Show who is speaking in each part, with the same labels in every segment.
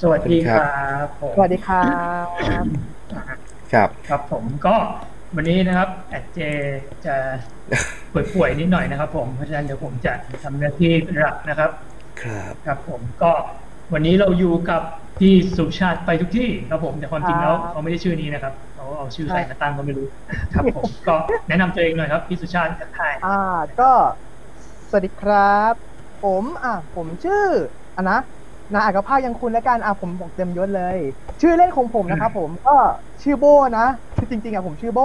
Speaker 1: สวัสดีครับผม
Speaker 2: สวัสดีครับ
Speaker 3: ครับ
Speaker 1: ครับผมก็วันนี้นะครับแอดเจจะป่วยป่วยๆนิดหน่อยนะครับ ผมเพราะฉะนั้นเดี๋ยวผมจะทำหน้าที่หลักนะครับ
Speaker 3: ครับ
Speaker 1: ครับ ผมก็วันนี้เราอยู่กับพี่สุชาติไปทุกที่ครับผมแต่ความจริงแล้ว
Speaker 2: ครับ
Speaker 1: เขาไม่ได้ชื่อนี้นะครับเขาเอาชื่อ
Speaker 2: ใช่
Speaker 1: ใครมาตั้งก็ไม่รู้ ครับ ผมก็แนะนำตัวเองหน่อยครับพี่สุชาติทักทาย
Speaker 2: อ่า ก็สวัสดีครับ ผมอ่ะผมชื่ออ่ะนะนาอักภาพยังคุณแล้วกันอ่ะผมบอกเต็มยศเลย ชื่อเล่นของผมนะครับผมก็ชื่อโบนะชื่อจริงๆอ่ะผมชื่อโบ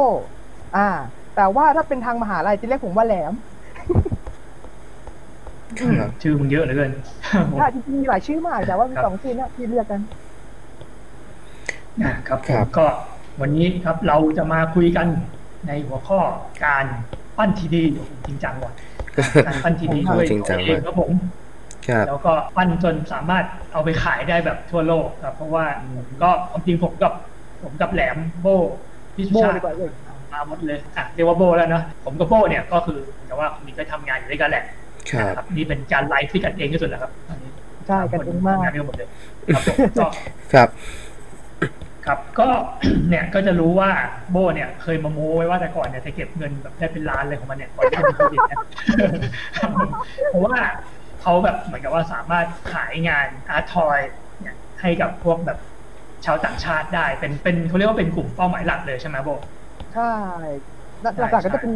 Speaker 2: อ่า แต่ว่าถ้าเป็นทางมหาลัยจะเรียกผมว่าแหลม
Speaker 3: ครับ
Speaker 1: ชื่อมึงเยอะเหลือเกินครับผม
Speaker 2: ถ้าจริงๆมีหลายชื่อมากแต่ว่ามี
Speaker 1: ครับ
Speaker 2: สองชื่อเนี่ยที่เลือกกัน
Speaker 1: นะครับผ
Speaker 3: ครั
Speaker 1: ม
Speaker 3: บ
Speaker 1: ก็วันนี้ครับเราจะมาคุยกันในหัวข้อการปั้นทีดีโอ้โหจริงจังว่ะการปั้นทีดี
Speaker 3: โอ้โห
Speaker 1: ด้วย
Speaker 3: จริงจัง
Speaker 1: ตัวเองค
Speaker 3: มาก
Speaker 1: รับผม
Speaker 3: ครับ
Speaker 1: แล้วก็ปั้นจนสามารถเอาไปขายได้แบบทั่วโลกครับ เพราะว่าก็ความจริงผมกับผมกับแหลมโบพี่สุ
Speaker 2: โบ
Speaker 1: ชา
Speaker 2: ดี
Speaker 1: ติ
Speaker 2: กว่าเลย
Speaker 1: มาหมดเลยอ่ะเรียกว่าโบแล้วเนาะผมกับโบเนี่ยก็คือแต่ว่าคนนี้ก็ทำงานอยู่ด้วยกันแหละ
Speaker 3: ครับ
Speaker 1: ครับนี่เป็นการไลฟ์ที่กันเองที่สุดแล้วครับตอนนี้
Speaker 2: ใช่กันเองมาก
Speaker 1: ทำงานด้วยกันหมดเลยครับผมก็
Speaker 3: ครับ
Speaker 1: ครับก็ เนี่ยก็จะรู้ว่าโบเนี่ยเคยมาโม้ไว้ว่าแต่ก่อนเนี่ยจะเก็บเงินแบบได้เป็นล้านเลยของมันเนี่ยก่อน ที่จะมีโควิดนะ เพราะว่าเขาแบบเหมือนกับว่าสามารถขายงานอาร์ทอยเนี่ยให้กับพวกแบบชาวต่างชาติได้เป็นเป็นเขาเรียกว่าเป็นกลุ่มเป้าหมายหลักเลยใช่ไหมโบ
Speaker 2: ใช่หลักๆ
Speaker 1: ใช่
Speaker 2: ก็จะเป็น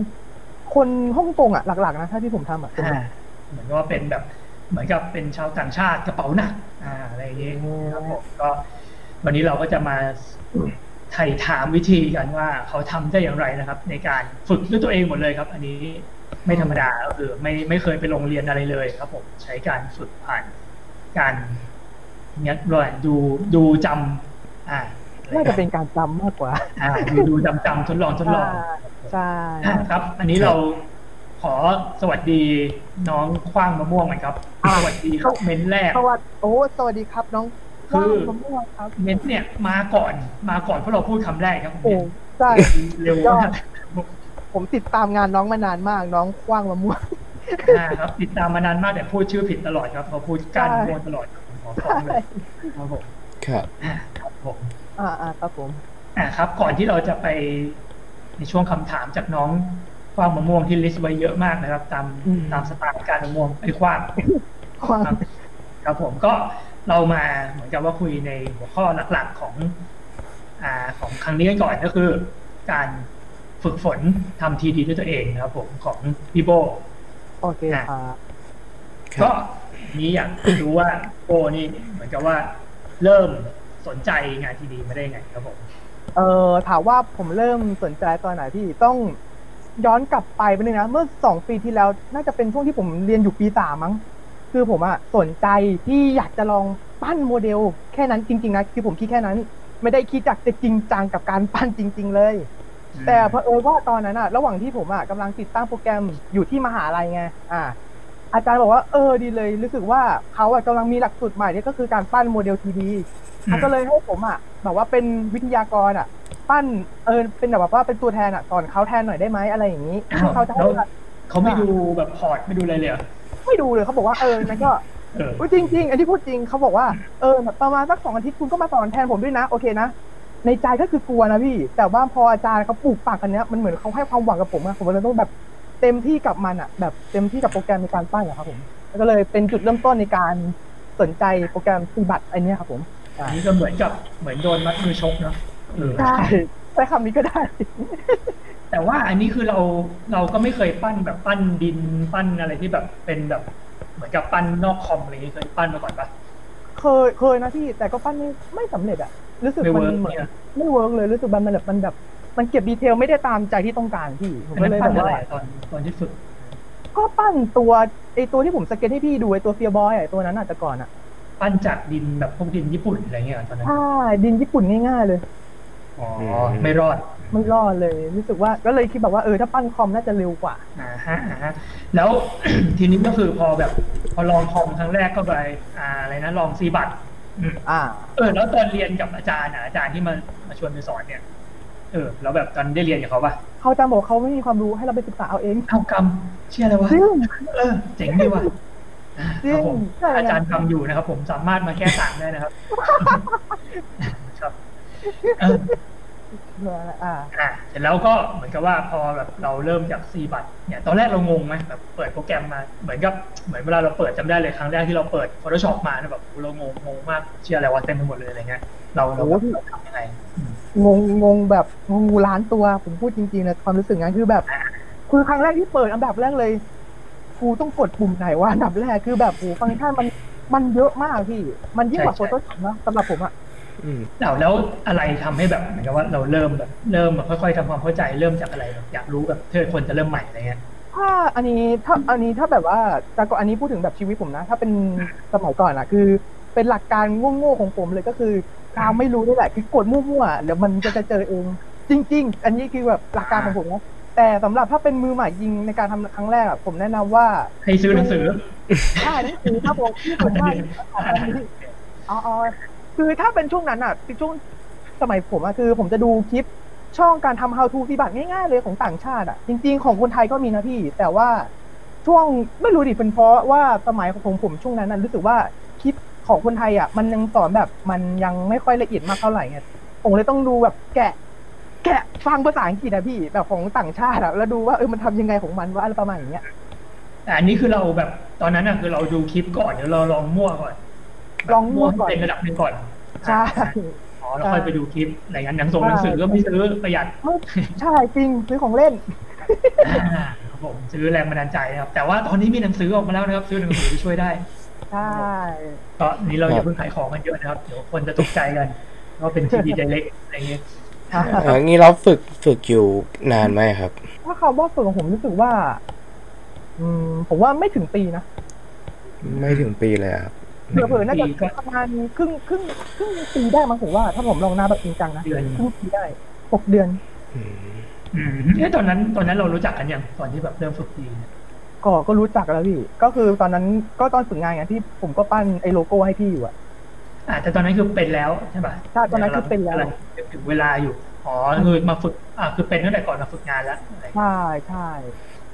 Speaker 2: คนฮ่องกงอ่ะหลักๆนะถ้าที่ผมทำอ่ะเป็นแบบ
Speaker 1: เหมือนกับว่าเป็นแบบเหมือนกับเป็นชาวต่างชาติกระเป๋าหนักอ่าอะไรอย่างเงี้ย
Speaker 2: อืม
Speaker 1: ครับผมก็วันนี้เราก็จะมาไถ่ถามวิธีกันว่าเขาทำได้อย่างไรนะครับ ในการฝึกด้วยตัวเองหมดเลยครับ อันนี้ไม่ธรรมดาก็คือไม่ไม่เคยไปโรงเรียนอะไรเลยครับผมใช้การฝึกผ่านการเนี้ยด้วยดูดูจำอ่า
Speaker 2: น่าจะเป็นการจำมากกว่า
Speaker 1: อ่าดูดูจำจำทดลองทดลอง
Speaker 2: ใช่
Speaker 1: ครับ อันนี้
Speaker 3: ครับ
Speaker 1: เราขอสวัสดีน้องคว้างมะม่วงหน่อยครับ
Speaker 2: อ่า
Speaker 1: สวัสดีครับเม้นแรก
Speaker 2: สวัสดีโอ้สวัสดีครับน้อง
Speaker 1: คือ
Speaker 2: ว่างมะม่วงครับ
Speaker 1: เม้นเนี่ยมาก่อนมาก่อนเพราะเราพูดคำแรกครับผม
Speaker 2: โอ้
Speaker 1: เม้น
Speaker 2: ใช่
Speaker 1: เร็วย
Speaker 2: อ
Speaker 1: มา
Speaker 2: ด
Speaker 1: ก
Speaker 2: ผมติดตามงานน้องมานานมาก น้องคว้างมะ ม่วง
Speaker 1: อ่าครับ ติดตามมานานมากแต่พูดชื่อผิดตลอดครับเขาพูดการ
Speaker 2: ใช่
Speaker 1: ม่วงตลอดครับผมขอฟ้องเลยครับผม
Speaker 3: ครับ
Speaker 1: อ่าครับผม
Speaker 2: อ่าอ่าครับผม
Speaker 1: อ่าครับ ก่อนที่เราจะไปในช่วงคำถามจากน้องคว้างมะม่วงที่ลิสต์ไว้เยอะมากนะครับ ตาม
Speaker 2: อืม
Speaker 1: ตามสไตล์การมะม่วงไอ้คว้าง
Speaker 2: คว้าง
Speaker 1: ครับครับผมก็เรามาเหมือนกับว่าคุยในหัวข้อหลักๆของอ่าของครั้งนี้กันก่อนก็คือ การฝึกฝนทำทีดีด้วยตัวเองนะครับผมของพี่โบ
Speaker 2: โอเคครับ
Speaker 3: ครั
Speaker 1: ก็
Speaker 3: บ
Speaker 1: นี้อยากรู้ว่าโบนี่เหมือนกับว่าเริ่มสนใจงานทีดีมาได้ไงครับผม
Speaker 2: เออถามว่าผมเริ่มสนใจตอนไหนพี่ต้องย้อนกลับไปไปบนึงนะ เมื่อสองปีที่แล้วน่าจะเป็นช่วงที่ผมเรียนอยู่ปีสามมั้ง คือผมอะสนใจที่อยากจะลองปั้นโมเดล แค่นั้นจริงๆนะคือผมคิดแค่นั้น ไม่ได้คิดอยากจะจริงจังกับการปั้นจริง ๆ เลย แต่เพอเออว่าตอนนั้นอะระหว่างที่ผมอะกำลังติดตั้งโปรแกรมอยู่ที่มหาลัยไงอ่า อาจารย์บอกว่าเออดีเลยรู้สึกว่าเขาอะกำลังมีหลักสูตรใหม่เนี่ยก็คือการปั้นโมเดลทีดี
Speaker 1: อืม
Speaker 2: เขาก็เลยให้ผมอะแบบว่าเป็นวิทยากรอะปั้นเออเป็นแบบว่าเป็นตัวแทนอะสอนเขาแทนหน่อยได้ไหมอะไรอย่างนี้
Speaker 1: อ้าว
Speaker 2: เขาจะให้
Speaker 1: แล้ว
Speaker 2: แบบ
Speaker 1: เขาไม่ดูแบบพอร์ตไม่ดูอะไรเลยเหรอ
Speaker 2: ไม่ดูเลยเขาบอกว่าเออนั่นก็
Speaker 1: เออ
Speaker 2: อุ๊ยจริงจริงๆอันที่พูดจริงเขาบอกว่าเออแบบประมาณสักสองอาทิตย์คุณก็มาสอนแทนผมด้วยนะโอเคนะในใจก็คือกลัวนะพี่ แต่ว่าพออาจารย์เขาปลูกฝังอันเนี้ยมันเหมือนเขาให้ความหวังกับผมอะผมเลยต้องแบบเต็มที่กับมันอะแบบเต็มที่กับโปรแกรมในการปั้นอะครับผมแล้วก็เลยเป็นจุดเริ่มต้นในการสนใจโปรแกรมปฏิบัติอันเนี้ยครับผม
Speaker 1: อันนี้ก็เหมือนกับเหมือนโดนมัดมือชกเนาะเออ
Speaker 2: ใช่ใช้คำนี้ก็ได้
Speaker 1: แต่ว่าอันนี้คือเราเราก็ไม่เคยปั้นแบบปั้นดินปั้นอะไรที่แบบเป็นแบบ เหมือนกับปั้นนอกคอมอะไรอย่างเงี้ยเคยปั้นมาก่อนปะ
Speaker 2: เคยเคยนะพี่แต่ก็ปั้นไม่ไม่สำเร็จอะรู้สึก
Speaker 1: ไม่
Speaker 2: มั
Speaker 1: เวิร์ก
Speaker 2: นเหมือน
Speaker 1: เนี่ย
Speaker 2: ไม่เวิร์กเลยรู้สึกมันแบบมันแบบมันเก็บดีเทลไม่ได้ตามใจที่ต้องการพี่ผม
Speaker 1: อัน
Speaker 2: ก็
Speaker 1: นั้น
Speaker 2: เลย
Speaker 1: ปั้น
Speaker 2: แบบ
Speaker 1: อะไร
Speaker 2: ว่า
Speaker 1: ตอนตอนที่ฝึก
Speaker 2: ก็ปั้นตัวไอตัวที่ผมสเก็ตให้พี่ดูไอตัวเฟียบอยไอตัวนั้นอาจจะแต่ก่อนอ่ะ
Speaker 1: ปั้นจากดินแบบพวกดินญี่ปุ่นอะไรเงี้ยเหรอตอนนั้น
Speaker 2: ถ้าดินญี่ปุ่นง่ายๆเลย
Speaker 1: อ๋อ
Speaker 3: อืม
Speaker 1: ไม่รอด
Speaker 2: ไม่รอดเลย รู้สึกว่าก็เลยคิดแบบว่าเออถ้าปั้นคอมน่าจะเร็วกว่า
Speaker 1: อ่าฮะอ่าฮะแล้ว ทีนี้ก็คือพอแบบ พอลองคอมครั้งแรกก็ไปอ่าอะไรนะลองซีบัตอืม
Speaker 2: อ่า
Speaker 1: เออ แล้วตอนเรียนกับอาจารย์อ่ะอาจารย์ที่มามาชวนไปสอนเนี่ย เออ แล้วแบบตอนได้เรียนกับเขาปะ
Speaker 2: เขาจำบอกเขาไม่มีความรู้ให้เราไปศึกษาเอาเอง
Speaker 1: เท่ากรรมเชื่ออะไรวะ
Speaker 2: ซึ่ง
Speaker 1: เออเจ๋งดีว่ะ
Speaker 2: จริ
Speaker 1: ค
Speaker 2: ง
Speaker 1: รับผม
Speaker 2: ใช่
Speaker 1: อาจารย์ทำอยู่นะครับ ผมสามารถมาแก้ต่างได้ นะครับ ครับเออ
Speaker 2: อ่า
Speaker 1: อ่ะเสร็จแล้วก็เหมือนกับว่าพอแบบเราเริ่มจากซีบัตเนี่ย ตอนแรกเรางงไหมแบบเปิดโปรแกรมมาเหมือนกับเหมือนเวลาเราเปิดจำได้เลยครั้งแรกที่เราเปิด Photoshop มาเนี่ยแบบโอ้เรางงงงมากเชื่ออะไรวะเต็มไปหมดเลยอะไรเงี้ยเราเรา
Speaker 2: โอ้โห
Speaker 1: เราทำยังไงอืม
Speaker 2: งงงงแบบงงงูล้านตัว ผมพูดจริงๆนะความรู้สึกงั้นคือแบบ คือครั้งแรกที่เปิดอันดับแรกเลย กูต้องกดปุ่มไหนวะอันดับแรกคือแบบโอ้ฟังก์ชันมันมันเยอะมากพี่ มันยิ่งกว่า
Speaker 1: ใช่ใช่
Speaker 2: โฟโต้ช็อปนะสำหรับผมอะ
Speaker 3: อืม
Speaker 1: แล้วแล้วอะไรทำให้แบบเหมือนกับว่าเราเริ่มแบบเริ่มแบบค่อยๆทำความเข้าใจเริ่มจากอะไรแบบอยากรู้แบบเธอคนจะเริ่มใหม่อะไรเงี้ย
Speaker 2: ถ้าอันนี้ถ้าอันนี้ถ้าแบบว่าแต่ก็อันนี้พูดถึงแบบชีวิตผมนะ ถ้าเป็นสมัยก่อนอะคือ เป็นหลักการโง่ๆของผมเลยก็คือความไม่รู้นี่แหละคือกดมั่วๆเดี๋ยวมันก็จะเจอเองจริง ๆ อันนี้คือแบบหลักการของผมนะแต่สำหรับถ้าเป็นมือใหม่ยิงในการทำครั้งแรกอะผมแนะนำว่า
Speaker 1: ให้ซื้อหนังสือ
Speaker 2: ใช่หนังสือครับผมที่ผมว่าอ๋ออ๋อคือถ้าเป็นช่วงนั้นอ่ะเป็นช่วงสมัยผมอะคือ ผมจะดูคลิปช่องการทำ how to ปฏิบัติง่ายๆเลยของต่างชาติอ่ะ จริง ๆ ของคนไทยก็มีนะพี่ แต่ว่าช่วงไม่รู้ดิเป็นเพราะว่าสมัยของผมผมช่วงนั้นน่ะรู้สึกว่าคลิปของคนไทยอ่ะ มันยังสอนแบบมันยังไม่ค่อยละเอียดมากเท่าไหร่ไงผมเลยต้องดูแบบแกะ แกะฟังภาษาอังกฤษนะพี่แบบของต่างชาติอะแล้วดูว่าเออมันทำยังไงของมันว่าอะไรประมาณอย่างเงี้ย
Speaker 1: แต่อันนี้คือเราแบบตอนนั้นอ่ะคือเราดูคลิปก่อนเดี๋ยวเราลองมั่วก่อนแบบ
Speaker 2: ลองมั่วก่อน
Speaker 1: ให้เป็นระดับหนึ่งก่อน
Speaker 2: ใช่
Speaker 1: อ๋อแล้วค่อยไปดูคลิปอะไรงั้นหนังส่งหนังสือก็ไม่ซื้อประหยัด
Speaker 2: ใช่จริงซื้อของเล่น
Speaker 1: อ่าครับผมซื้อแรงบันดาลใจนะครับ แต่ว่าตอนนี้มีหนังสือออกมาแล้วนะครับ ซื้อหนังสือไปช่วยได้
Speaker 2: ใช่
Speaker 1: ต อนนี้เราอย่าเพิ่งขายของกันเยอะนะครับเดี๋ยวคนจะตกใจกันว่าเป็นทีวีไดเรกอะไรเงี้ย
Speaker 3: เอองี้เราฝึกฝึกอยู่นานไหมครับ
Speaker 2: ถ้าคำว่าฝึกของผมรู้สึกว่า อืม ผมว่าไม่ถึงปีนะ
Speaker 3: ไม่ถึงปีเลยครับ
Speaker 2: เผลอๆน่าจะ
Speaker 1: ปีก็
Speaker 2: ประมาณครึ่งครึ่งครึ่งปีได้มั้งผมว่า ถ้าผมลองหน้าแบบจริงจังนะ
Speaker 1: เดือน
Speaker 2: ครึ่งปีได้หกเดือน
Speaker 3: อืม
Speaker 1: อืมเอ๊ะตอนนั้นตอนนั้นเรารู้จักกันยังตอนที่แบบเริ่มฝึกทีเนี่ย
Speaker 2: ก็ก็รู้จักแล้วพี่ ก็คือตอนนั้นก็ตอนฝึกงานไงที่ผมก็ปั้นไอ้โลโก้ให้พี่อยู่อะ
Speaker 1: อ่าแต่ตอนนั้นคือเป็นแล้วใช่ป่ะ
Speaker 2: ใช่ตอนนั้นคือเป็นแล้ว
Speaker 1: กำงถึงเวลาอยู่อ๋อคือมาฝึกอ่าคือเป็นตั้งแต่ก่อนมาฝึกงานแล้วอะไร
Speaker 2: ใช่ใช่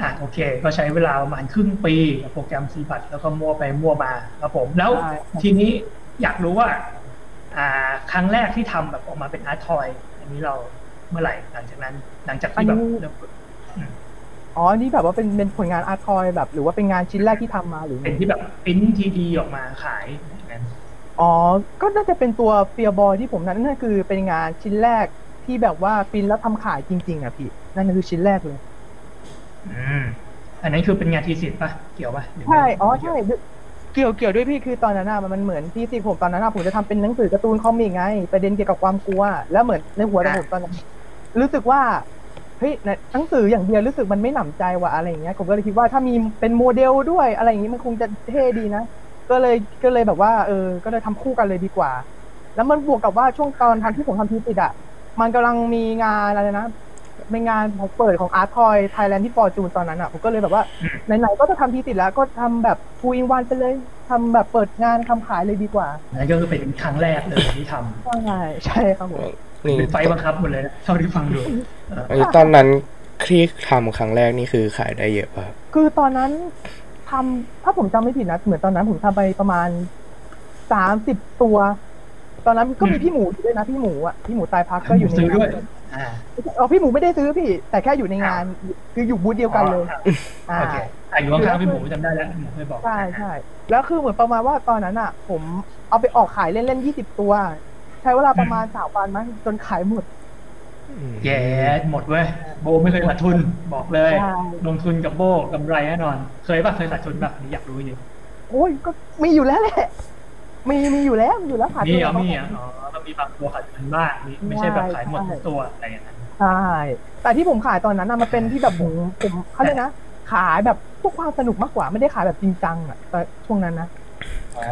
Speaker 1: อ่ะโอเค ก็ใช้เวลาประมาณครึ่งปีกับโปรแกรมซีบัตแล้วก็มั่วไปมั่วมาครับผมแล้ว
Speaker 2: ใช่
Speaker 1: ทีนี้อยากรู้ว่า อ่า ครั้งแรกที่ทำแบบออกมาเป็นอาร์ตทอย อันนี้เราเมื่อไหร่หลังจากนั้น หลังจากที่แบบเริ่มฝึก
Speaker 2: อ๋ออันนี่แบบว่าเป็นเป็นผลงานอาร์ตทอยแบบ หรือว่าเป็นงานชิ้นแรกที่ทำมาหรือไง
Speaker 1: เป็นที่แบบปิ้นทีดีออกมาขายอย่างนั้น
Speaker 2: อ๋อ ก็น่าจะเป็นตัวเฟียบอยที่ผมนั้นนั่นคือเป็นงานชิ้นแรกที่แบบว่าปรินท์แล้วทำขายจริง ๆ อ่ะพี่ นั่นคือชิ้นแรกเลย
Speaker 1: อืมอันนั้นคือเป็นงานทีสิทธ์ปะเกี่ยวปะหรืไม่
Speaker 2: ใช่ อ๋อ ใช่ เกี่ยวเกี่ยวด้วยพี่คือตอนนั้นน่ะมันมันเหมือนที่สิผมตอนนั้นน่ะผมจะทำเป็นหนังสือการ์ตูนคอมิกไงประเด็นเกี่ยวกับความกลัว แล้วเหมือนในหัวของผมตอนนั้นรู้สึกว่าเฮ้ยหนังสืออย่างเดียวรู้สึกมันไม่หนำใจว่ะอะไรอย่างเงี้ยผมก็เลยคิดว่าถ้ามีเป็นโมเดลด้วยอะไรอย่างงี้มันคงจะเท่ดีนะ ก็เลยก็เลยแบบว่าเออ ก็เลยทำคู่กันเลยดีกว่า แล้วมันบวกกับว่าช่วงตอนทำที่ผมทำทีติดอ่ะมันกำลังมีงานอะไรนะเป็นงานของเปิดของอาร์ตทอยไทยแลนด์ที่ฟอร์จูนตอนนั้นอ่ะผมก็เลยแบบว่า ไหนๆก็จะทำทีติดแล้วก็ทำแบบทูอินวันไปเลยทำแบบเปิดงานทำขายเลยดีกว่า
Speaker 1: อันนั้นก็คือเป็นครั้งแรกเลยที่ทำ
Speaker 2: ว่าไงใช่ครับผม
Speaker 3: นี่
Speaker 1: เป็นไฟบังคับหมดเลยนะเท่าที่ฟังดู เออ
Speaker 3: เอ้ยตอนนั้นคลิกทำครั้งแรกนี่คือขายได้เยอะป่ะครับ
Speaker 2: คือตอนนั้นทำถ้าผมจำไม่ผิดนะ เหมือนตอนนั้นผมทำไปประมาณสามสิบตัว ตอนนั้นก็มีพี่หมูอยู่ด้วยนะพี่หมูอ่ะพี่หมูตายพักก็อยู่
Speaker 1: ซื้อง
Speaker 2: ในาน
Speaker 1: ด้วย อ่า
Speaker 2: อ๋อพี่หมูไม่ได้ซื้อพี่ แต่แค่อยู่ในงาน คืออยู่บูธเดียวกันเลยอ่า
Speaker 1: โอเคอ่ะอยู่ข้างๆพี่หมูจำได้แล้วพี่หมูเคยบอก
Speaker 2: ใช่ใช่แล้วคือเหมือนประมาณว่าตอนนั้นอ่ะ ผมเอาไปออกขายเล่นๆยี่สิบตัว ใช้เวลาประมาณสามวันมั้งจนขายหมด
Speaker 3: อืม
Speaker 1: แย่หมดเว้ยโบไม่เคยขาดทุนบอกเลย
Speaker 2: ใช่
Speaker 1: ลงทุนกับโบกำไรแน่นอน เคยปะเคยขาดทุนปะนี่อยากรู้จริง
Speaker 2: โอ้ยก็มีอยู่แล้วแหละ มีมีอยู่แล้วมีอยู่แล้วขาด
Speaker 1: มีเหรอ
Speaker 2: ทุน
Speaker 1: มีเหรออ๋อมันมีบางตัวขาดทุนบ้างมีไม่ใช่แบบขายหมดทุกตัวอะไรอย่างนั้น
Speaker 2: ใช่แต่ที่ผมขายตอนนั้นน่ะมันเป็นที่แบบผมผมเขาเรียกนะขายแบบพวกความสนุกมากกว่าไม่ได้ขายแบบจริงจังอ่ะแต่ช่วงนั้นนะ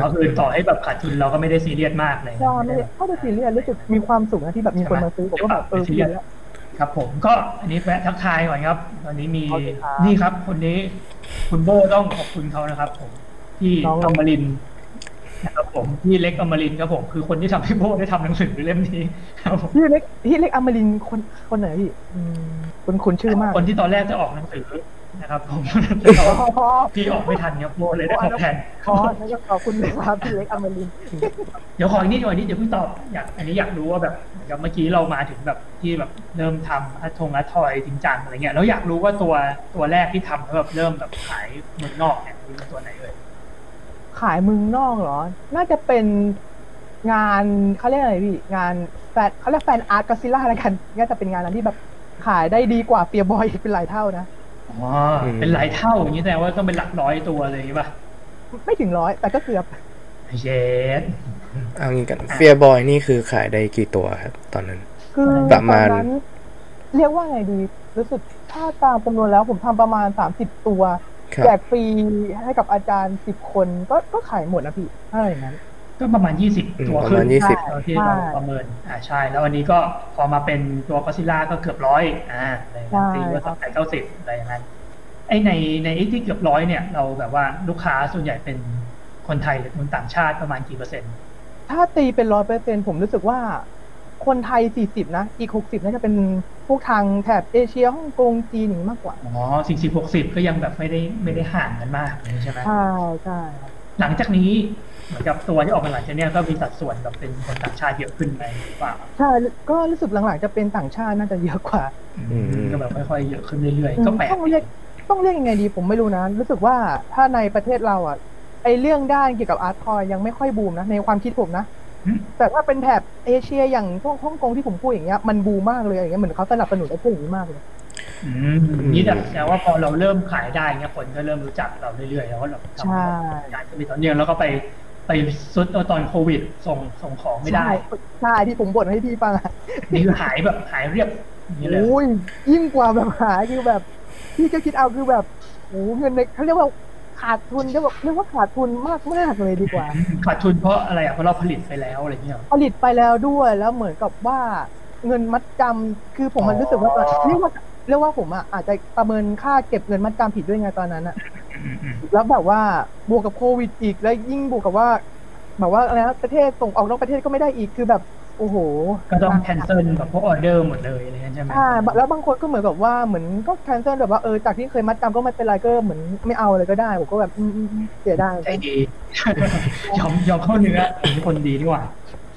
Speaker 1: ก็คือต่อให้แบบขาดทุนเราก็ไม่ได้ซีเรียสมากเลย
Speaker 2: ใช่ไม่ได้เข้าไปซีเรียสรู้สึกมีความสุขนะที่แบบมีคนมาซื้อผมก็แบบเออดีแล้ว
Speaker 1: ครับผมก็อันนี้แวะทักทายก่อนครับ ตอนนี้มี
Speaker 2: โอเคครับ
Speaker 1: นี่ครับ คนนี้คุณโบต้องขอบคุณเขานะครับ ผมที่
Speaker 2: น้อง
Speaker 1: อมรินทร์นะครับผมที่เล็กอมรินทร์ครับผมคือคนที่ทำให้โบได้ทำหนังสือเล่มนี้ครับผม
Speaker 2: พี่เล็กพี่เล็กอมรินทร์คนคนไหนพี่อืมคนคนชื่อมาก
Speaker 1: คนที่ตอนแรกจะออกหนังสือ นะครับผมแต่
Speaker 2: อ๋อ
Speaker 1: ว่าพี่ออกไม่ทันครับโบเลยได้ของแทน
Speaker 2: อ๋อนั่นก็ขอบคุณนะครับพี่เล็กอมรินทร์
Speaker 1: เดี๋ยวขออีกนิดหน่อยนิดเดี๋ยวเพิ่งตอบอยากอันนี้อยากรู้ว่าแบบเหมือนกับเมื่อกี้เรามาถึงแบบที่แบบเริ่มทำอัทงอัทอยจริงจังอะไรเงี้ยแล้วอยากรู้ว่าตัวตัวแรกที่ทำแล้วแบบเริ่มแบบขายเมืองนอกเนี่ยคือตัวไหนเอ่ย
Speaker 2: ขายเมึงนอกเหรอ น่าจะเป็นงานเขาเรียกอะไรพี่ งานแฟนเขาเรียกแฟนอาร์ตกอซิล่าอะไรกันน่าจะเป็นงานนั้นที่แบบขายได้ดีกว่าเปียบอยอีกเป็นหลายเท่านะ
Speaker 1: อ๋อเป็นหลายเท่าอย่างนี้แสดงว่าต้องเป็นหลักร้อยตัวเลยใช่ปะ
Speaker 2: ไม่ถึงร้อย แต่ก็เกือบ
Speaker 1: เย็ด
Speaker 3: เอางี้กันเฟียบอยนี่คือขายได้กี่ตัวครับ ตอนนั้น
Speaker 2: คือ
Speaker 3: ประมาณ
Speaker 2: ตอนนั้น เรียกว่าไงดี รู้สึกถ้าตามจำนวนแล้วผมทำประมาณสามสิบตัว
Speaker 3: ครับ
Speaker 2: แจกฟรีให้กับอาจารย์สิบคนก็ก็ขายหมดนะพี่อะไรอย่างนั้น
Speaker 1: ก็ประมาณ 20 ตัว
Speaker 3: ประ
Speaker 1: ขึ้
Speaker 3: มาน ณ
Speaker 2: ใช่
Speaker 1: ตอนที่เราประเมินอ่าใช่ แล้วอันนี้ก็พอมาเป็นตัวก็ซิล่าก็เกือบร้อยอ่าอะไรอย่างนั้น
Speaker 2: ใช่
Speaker 1: ตีว่าสักแปดเก้าสิบอะไรอย่างนั้นไอในในไอที่เกือบร้อยเนี่ยเราแบบว่าลูกค้าส่วนใหญ่เป็นคนไทยหรือคนต่างชาติประมาณกี่เปอร์เซ็นต์
Speaker 2: ถ้าตีเป็นร้อยเปอร์เซ็นผมรู้สึกว่า คนไทยสี่สิบนะ อีกหกสิบน่าจะเป็นพวกทางแถบเอเชียฮ่องกงจีนอย่างนี้มากกว่า
Speaker 1: อ๋อสิบสิบหกสิบก็ยังแบบไม่ได้ไม่ได้ห่างกันมากเลยใช่ไหม
Speaker 2: ใช่ใช่
Speaker 1: หลังจากนี้เหมือนกับตัวที่ออกมาหลังจากเนี้ยก็มีสัดส่วนแบบเป็นคนต่างชาติเยอะขึ้นไหมหรือเปล่า
Speaker 2: ใช่ ก็รู้สึกหลังๆจะเป็นต่างชาติน่าจะเยอะกว่า
Speaker 3: อืม
Speaker 1: ก็แบบค่อยๆเยอะขึ้นเรื่อยๆก็แปลก
Speaker 2: ต้องเรียกต้องเรียกยังไงดีผมไม่รู้นะ รู้สึกว่าถ้าในประเทศเราอ่ะไอเรื่องด้านเกี่ยวกับอาร์ตคอยยังไม่ค่อยบูมนะ ในความคิดผมนะ
Speaker 1: อืม
Speaker 2: แต่ว่าเป็นแถบเอเชียอย่างพวกฮ่องกงที่ผมพูดอย่างเงี้ยมันบูมมากเลยอย่างเงี้ยเหมือนเขาสนับสนุนไอ้พวกอย่างนี้มากเลย
Speaker 1: อืมนี่แต่แปลว่าพอเราเริ่มขายได้เงี้ยคนก็เริ่มรู้จักเราเรื่อยๆแล้วก็เราทำ
Speaker 2: ใช่
Speaker 1: งานก็มีตอนเนื่องแล้วก็ไปไปซุดเอาตอนโควิด ส่งส่งของไม่ได้
Speaker 2: ใช่ใช่ที่ผมบ่นให้พี่ฟังอะ
Speaker 1: นี่คือหายแบบหายเรียบอย่างนี่เลย
Speaker 2: โอ้ยยิ่งกว่าแบบหาคือแบบพี่ก็คิดเอาคือแบบโอ้โหเงินในเขาเรียกว่าขาดทุนก็แบบเรียกว่าขาดทุนมากมากๆเลยดีก ว่า
Speaker 1: ขาดทุนเพราะอะไรอ่ะเพราะเราผลิตไปแล้วอะไรเงี้ย
Speaker 2: ผลิตไปแล้วด้วยแล้วเหมือนกับว่าเงินมัดจำคือผมมัน
Speaker 1: อ๋อ
Speaker 2: รู้สึกว่าเรียกว่าเรียกว่าผมอะอาจจะประเมินค่าเก็บเงินมัดจำผิดด้วยไงตอนนั้นอะแล้วแบบว่าบวกกับโควิดอีกแล้วยิ่งบวกกับว่าแบบว่าอะไรนะประเทศส่งออกนอกประเทศก็ไม่ได้อีกคือแบบโอ้โห
Speaker 1: ก็ต้องแคนเซิลแบบพวกออเดอร์หมดเลยอะไรเงี้ยใช่ไหม
Speaker 2: ใช่แล้วบางคนก็เหมือนแบบว่าเหมือนก็แคนเซิลแบบว่าเออจากที่เคยมัดจำก็ไม่เป็นไรก็เหมือนไม่เอาเลยก็ได้ผมก็แบบอืมอืมอืมเสียดาย
Speaker 1: ใจดี ยอมยอมเข้าเนื้อเป็นคนดีดีกว่า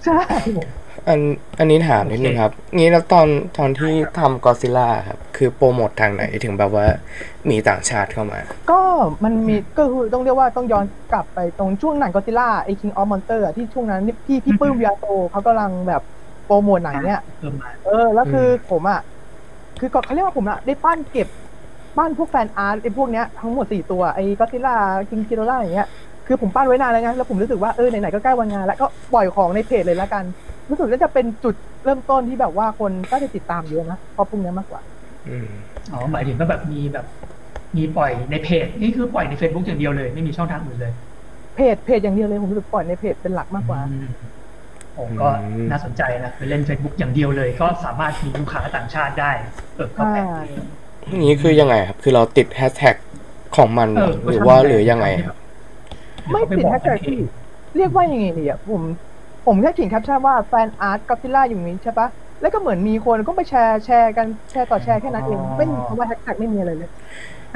Speaker 2: ใช่
Speaker 3: อันอันนี้ถามนิดนึงครับ งี้แล้วตอนตอนที่ทำกอซิล่าครับ คือโปรโมททางไหนถึงแบบว่ามีต่างชาติเข้ามา
Speaker 2: ก็มันมีก็คือต้องเรียกว่าต้องย้อนกลับไปตรงช่วงหนังก็ซิล่าไอคิงออฟมอนเตอร์ที่ช่วงนั้นพี่พี่ปื้มวิอาโตเขากำลังแบบโปรโมทหนังเนี่ย
Speaker 1: เพิ่มมา
Speaker 2: เออแล้วคือ
Speaker 3: ม
Speaker 2: อผมอ่ะคือก่อนเขาเรียกว่าผมอ่ะได้ปั้นเก็บปั้นพวกแฟนอาร์ตไอพวกเนี้ยทั้งหมดสี่ตัวไอก็ซิล่าคิงคิโรล่าอย่างเงี้ยคือผมปั้นไว้นานแล้วไงแล้วผมรู้สึกว่าเออไหนๆก็ใกล้วันงานแล้วก็ปล่อยของในเพจเลยละกัน รู้สึกน่าจะเป็นจุดเริ่มต้นที่แบบว่าคนก็จะติดตามเยอะนะเพราะพวกเนี้ยมากกว่า
Speaker 3: อืม
Speaker 1: อ๋อหมายถึงก็แบบมีแบบ มีปล่อยในเพจนี่คือปล่อยใน Facebook อย่างเดียวเลย ไม่มีช่องทางอื่นเลย
Speaker 2: เพจเพจอย่างเดียวเลยผมรู้สึกปล่อยในเพจเป็นหลักมากกว่า
Speaker 1: อืมผมก็
Speaker 3: อืม
Speaker 1: น่าสนใจนะคือเล่น Facebook อย่างเดียวเลย ก็สามารถมีลูกค้าต่างชาติได้เปิดเข้าไป
Speaker 2: ใช่
Speaker 3: นี้คือยังไงครับ คือเราติดแฮชแท็กของมัน
Speaker 1: เออ
Speaker 3: หรือว่า
Speaker 1: ก็ทำ
Speaker 3: หรือยังไงครับ
Speaker 2: ไม่ติดแฮชแท็กพี่เรียกว่ายังไงดีอ่ะผมผมแค่เขียนแคปชั่นว่าแฟนอาร์ตก็ซิล่าอยู่นี้ใช่ปะแล้วก็เหมือนมีคนก็ไปแชร์แชร์กันแชร์ต่อแชร์แค่นั้นเอง
Speaker 1: อ๋อ
Speaker 2: ไม่มีคำว่าแฮชแท็กไม่มีอะไรเลย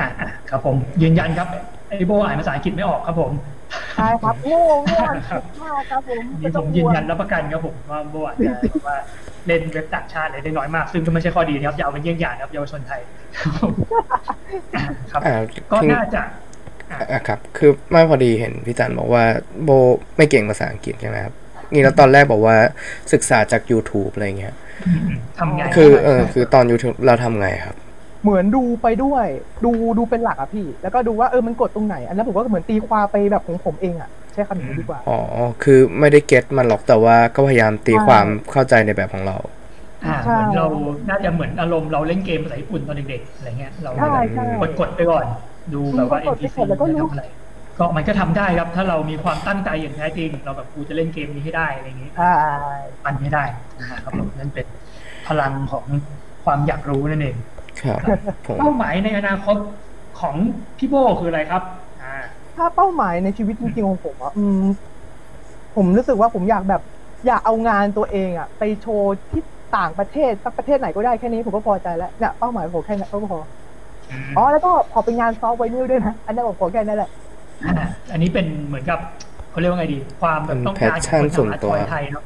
Speaker 1: อ่ะอ่ะครับผมยืนยันครับไอโบอ่านภาษาอังกฤษไม่ออก ครับผม
Speaker 2: ใช่ครับโง่โง่อันคิดมากครับผม
Speaker 1: นี่ผมยืนยันรับประกันครับผมว่าโบอาจจะแบบว่าเล่นเว็บต่างชาติอะไรได้น้อยมาก ซึ่งก็ไม่ใช่ข้อดีนะครับอย่าเอาเป็นเยี่ยงอย่างนะครับเยาวชนไทย ครับผมอ่ะครับ
Speaker 3: อ่า
Speaker 1: ก็
Speaker 3: คือ
Speaker 1: น่าจะอ่ะ
Speaker 3: อ่าครับ คือไม่พอดีเห็นพี่จันบอกว่าโบไม่เก่งภาษาอังกฤษใช่ไหมครับ นี่แล้วตอนแรกบอกว่าศึกษาจาก YouTube อะไรเงี้ย
Speaker 1: ทำไง
Speaker 3: คือเออคือตอน YouTube เราทำไงครับ
Speaker 2: เหมือนดูไปด้วย ดูดูเป็นหลักอ่ะพี่ แล้วก็ดูว่าเออมันกดตรงไหน อันนั้นผมก็เหมือนตีความไปแบบของผมเองอ่ะใช้คำนี้ดีกว่า
Speaker 3: อ๋อ คือไม่ได้เก็ตมันหรอกแต่ว่าก็พยายามตี
Speaker 2: ใช่
Speaker 3: ความเข้าใจในแบบของเรา
Speaker 1: อ่ะเหมือนเราน่าจะเหมือนอารมณ์เราเล่นเกมภาษาญี่ปุ่นตอนเด็กๆอะไรเงี้ยเรา
Speaker 2: ใช่ใช่
Speaker 1: กดกดไปก่อนดูแบบว่า
Speaker 2: กด
Speaker 1: NPC
Speaker 2: ไปก่อนแล้วก็ลุก
Speaker 1: ทำอะไรก็มันก็ทำได้ครับ ถ้าเรามีความตั้งใจอย่างแท้จริง เราแบบกูจะเล่นเกมนี้ให้ได้อะไรอย่างนี้
Speaker 2: ใช่
Speaker 1: มันไม่ได้นะครับผมนั่นเป็นพลังของความอยากรู้นั่นเอง
Speaker 3: ครับ ผม
Speaker 1: เป้าหมายในอนาคตของพี่โบคืออะไรครับอ่า
Speaker 2: ถ้าเป้าหมายในชีวิตจริงๆของผมอ่ะอืม ผมรู้สึกว่าผมอยากแบบอยากเอางานตัวเองอะไปโชว์ที่ต่างประเทศสักประเทศไหนก็ได้แค่นี้ผมก็พอใจแล้วเนี่ยเป้าหมายผมแค่นี้ก็พอ อ๋อแล้วก็ขอเป็นงานซอฟต์ไวนิลด้วยนะ อันนั้นผมขอแค่นั้นแหละ
Speaker 1: อ่าอันนี้เป็นเหมือนกับเขาเรียกว่าไงดี ความแบบต้องการของ
Speaker 3: passion
Speaker 1: คน
Speaker 3: ส่วน
Speaker 1: ทำอาร์ต
Speaker 3: ตั
Speaker 1: ท
Speaker 3: ว
Speaker 1: อยไทยเนาะ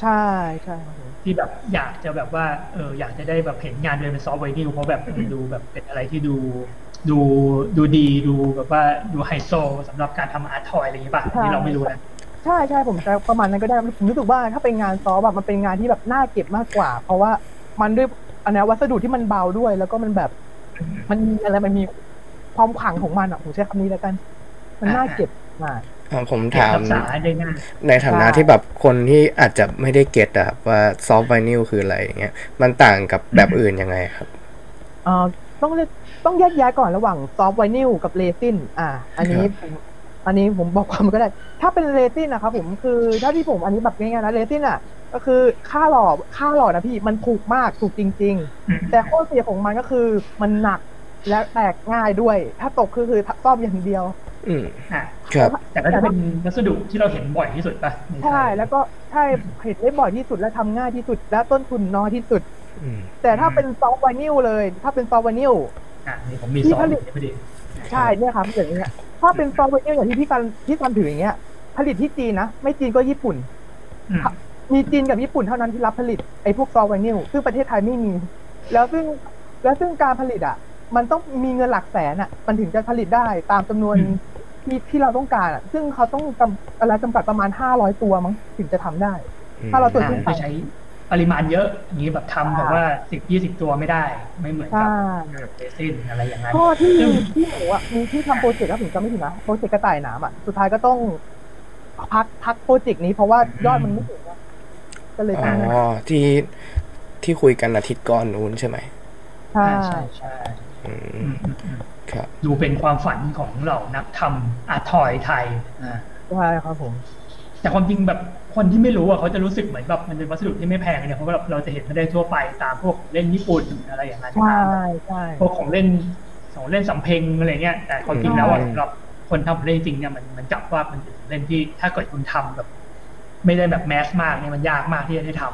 Speaker 2: ใช่ใช่
Speaker 1: ที่แบบอยากจะแบบว่าเอออยากจะได้แบบเห็นงานเดินเป็นซอฟต์ไวนิลเพราะแบบเออดูแบบเป็นอะไรที่ดู ดูดูดีดูแบบว่าดูไฮโซสำหรับการทำอาร์ตทอยอะไรอย่างงี้ป่ะอันนี้เราไม่รู้นะ
Speaker 2: ใช่ใช่ผมจะประมาณนั้นก็ได้ผมรู้สึกว่าถ้าเป็นงานซอฟต์แบบมันเป็นงานที่แบบน่าเก็บมากกว่า เพราะว่ามันด้วยอันนี้วัสดุที่มันเบาด้วย แล้วก็มันแบบ มันมีอะไรมันมีความขลังของมันอ่ะผมใช้คำนี้แล้วกัน มันน่าเก็บมาก
Speaker 3: อ่าผม
Speaker 1: เก็บ
Speaker 3: ถาม
Speaker 1: รักษาได้ง่าย
Speaker 3: ในฐานะ
Speaker 2: ใช่
Speaker 3: ที่แบบคนที่อาจจะไม่ได้เก็ตอะครับว่าซอฟต์ไวนิลคืออะไรอย่างเงี้ยมันต่างกับแบบอื่นยังไงครับ
Speaker 2: เอ่อต้องเรียกต้องแยกแยะก่อนระหว่างซอฟต์ไวนิลกับเรซินอ่า อันนี้
Speaker 3: ครับ
Speaker 2: ผมอันนี้ผมบอกความก็ได้ ถ้าเป็นเรซินนะครับผมคือเท่าที่ผมอันนี้แบบง่ายๆนะเรซินอ่ะ ก็คือค่าหล่อค่าหล่อนะพี่มันถูกมากถูกจริง ๆ แต่ข้อเสียของมันก็คือมันหนักและแตกง่ายด้วย ถ้าตกคือคือซ่อมอย่างเดียว
Speaker 3: อืม
Speaker 1: อ่ะ
Speaker 3: ครับ
Speaker 1: แต่ก็จะเป็นวัสดุที่เราเห็นบ่อยที่สุดป่ะนไทย
Speaker 2: ใช่แล้วก็ใช่เห็นได้บ่อยที่สุดและทำง่ายที่สุด และต้นทุนน้อยที่สุด
Speaker 3: อืม
Speaker 2: แต่ถ้าเป็นซอฟต์ไวนิลเลย ถ้าเป็นซอฟต์ไวนิล
Speaker 1: อ่ะนี่ผมมี
Speaker 2: ที่
Speaker 1: สอง
Speaker 2: ผลิต
Speaker 1: พอดี
Speaker 2: ใช่เนี่ยครับอย่างเงี้ยถ้าเป็นซอฟต์แวร์อย่างที่พี่กันพี่กันถืออย่างเงี้ย ผลิตที่จีนนะ ไม่จีนก็ญี่ปุ่น
Speaker 1: อืม
Speaker 2: มีจีนกับญี่ปุ่นเท่านั้นที่รับผลิตไอ้พวกซอฟต์แวร์นิวซึ่งประเทศไทยไม่มี แล้วซึ่งแล้วซึ่งการผลิตอ่ะ มันต้องมีเงินหลักแสนอ่ะ มันถึงจะผลิตได้ตามจำนวนที่ที่เราต้องการอ่ะ ซึ่งเขาต้องกำอะไรจำกัดประมาณห้าร้อยตัวมั้งถึงจะทำได้ ถ้าเราตรวจ
Speaker 1: อ่าก็ใช้ปริมาณเยอะ อย่างนี้แบบทำแบบว่าสิบยี่สิบตัวไม่ได้ ไม่เหมือนกับ
Speaker 2: ใช่
Speaker 1: เรซินอะไรอย่างนั้น
Speaker 2: ข้อที่
Speaker 1: ซึ่ง
Speaker 2: ที่หนูอ่ะมีที่ทำโปรเจกต์แล้วผมจำไม่ผิดนะโปรเจกต์กระต่ายหนามอ่ะสุดท้ายก็ต้องพักพักโปรเจกต์นี้เพราะว่ายอดมันไม่ถึงอะก็เลย
Speaker 3: อ๋
Speaker 2: ทำ
Speaker 3: อที่ที่คุยกันอาทิตย์ก่อนนู้นใช่ไหม
Speaker 2: ใช่
Speaker 1: อ่าใช่ใช่
Speaker 3: อื
Speaker 1: อื
Speaker 3: ม
Speaker 1: มอืมอืม
Speaker 3: ครับ
Speaker 1: ดูเป็นความฝันของเหล่านักทำอาร์ตทอยไทยอ่า
Speaker 2: ใช่ครับผม
Speaker 1: แต่ความจริงแบบคนที่ไม่รู้อ่ะเขาจะรู้สึกเหมือนแบบมันเป็นวัสดุที่ไม่แพงเนี่ยเพราะว่าเราจะเห็นมันได้ทั่วไปตามพวกเล่นญี่ปุ่นอะไรอย่างนั้น
Speaker 2: ใช่
Speaker 1: ตาม
Speaker 2: ใช่
Speaker 1: พวกของเล่นของเล่นสำเพ็งอะไรเงี้ยแต่ความจริงแล้วอะ
Speaker 3: อืม
Speaker 1: สำหรับคนทำเล่นจริงเนี่ยมันมันจับว่ามันเป็นของเล่นที่ถ้าเกิดคุณทำแบบ ไม่ได้แบบแมสมากเนี่ยมันยากมากที่จะได้ท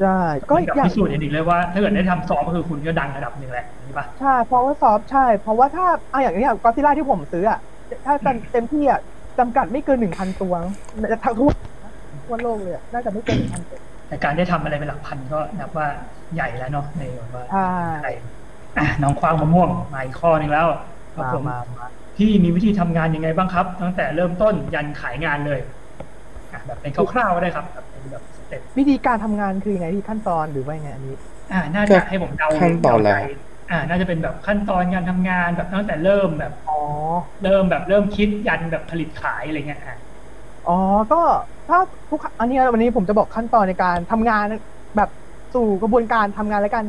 Speaker 2: ใช่
Speaker 1: ำ
Speaker 2: ก็
Speaker 1: เหมื
Speaker 2: อี
Speaker 1: น
Speaker 2: ก
Speaker 1: กับ
Speaker 2: อย่าง
Speaker 1: พิสูจน์อย่างหนึ่งเลยว่า ถ้าเกิดได้ทำซอมก็คือคุณก็ดังระดับหนึ่งแหละใช่ปะ
Speaker 2: ใช่ เพราะว่าซอฟต์ใช่ เพราะว่าถ้าอ่ะอย่างอย่างกอซิล่าที่ผมซื้ออ่ะ ถ้าจำเต็มที่อ่ะจำกัดไม่เกินหนึ่งพันตัวจะทั้งทั่วทั่วโลกเลยอะน่าจะไม่เกินหนึ่งพันตัว
Speaker 1: แต่การได้ทำอะไรเป็นหลักพันก็นับว่าใหญ่แล้วเนาะในแบบว่า
Speaker 2: ใช่
Speaker 1: ไทย อ่ะน้องคว้างมะม่วงมาอีกข้อหนึงแล้วครับ
Speaker 2: มา
Speaker 1: ผม
Speaker 2: มามา
Speaker 1: พี่มีวิธีทำงานยังไงบ้างครับ ตั้งแต่เริ่มต้นยันขายงานเลยอ่ะแบบเป็นคร่าวๆก็ได้ครับแบบเป็นแบบสเต็ป
Speaker 2: วิธีการทำงานคือไงพี่ขั้นตอนหรือว่าไงอันนี้
Speaker 1: อ่า น่า
Speaker 3: ก็
Speaker 1: จะให้ผมเดา
Speaker 3: ขั้นตอนแล้
Speaker 1: เดาว ใจอ่า น่าจะเป็นแบบขั้นตอนการทำงานแบบตั้งแต่เริ่มแบบ
Speaker 2: อ๋อ
Speaker 1: เริ่มแบบเริ่มคิดยันแบบผลิตขายอะไรเงี้ยอ่ะ
Speaker 2: อ๋อ ก็ถ้าทุกอันนี้วันนี้ผมจะบอกขั้นตอนในการทำงานแบบสู่กระบวนการทำงานแล้วกัน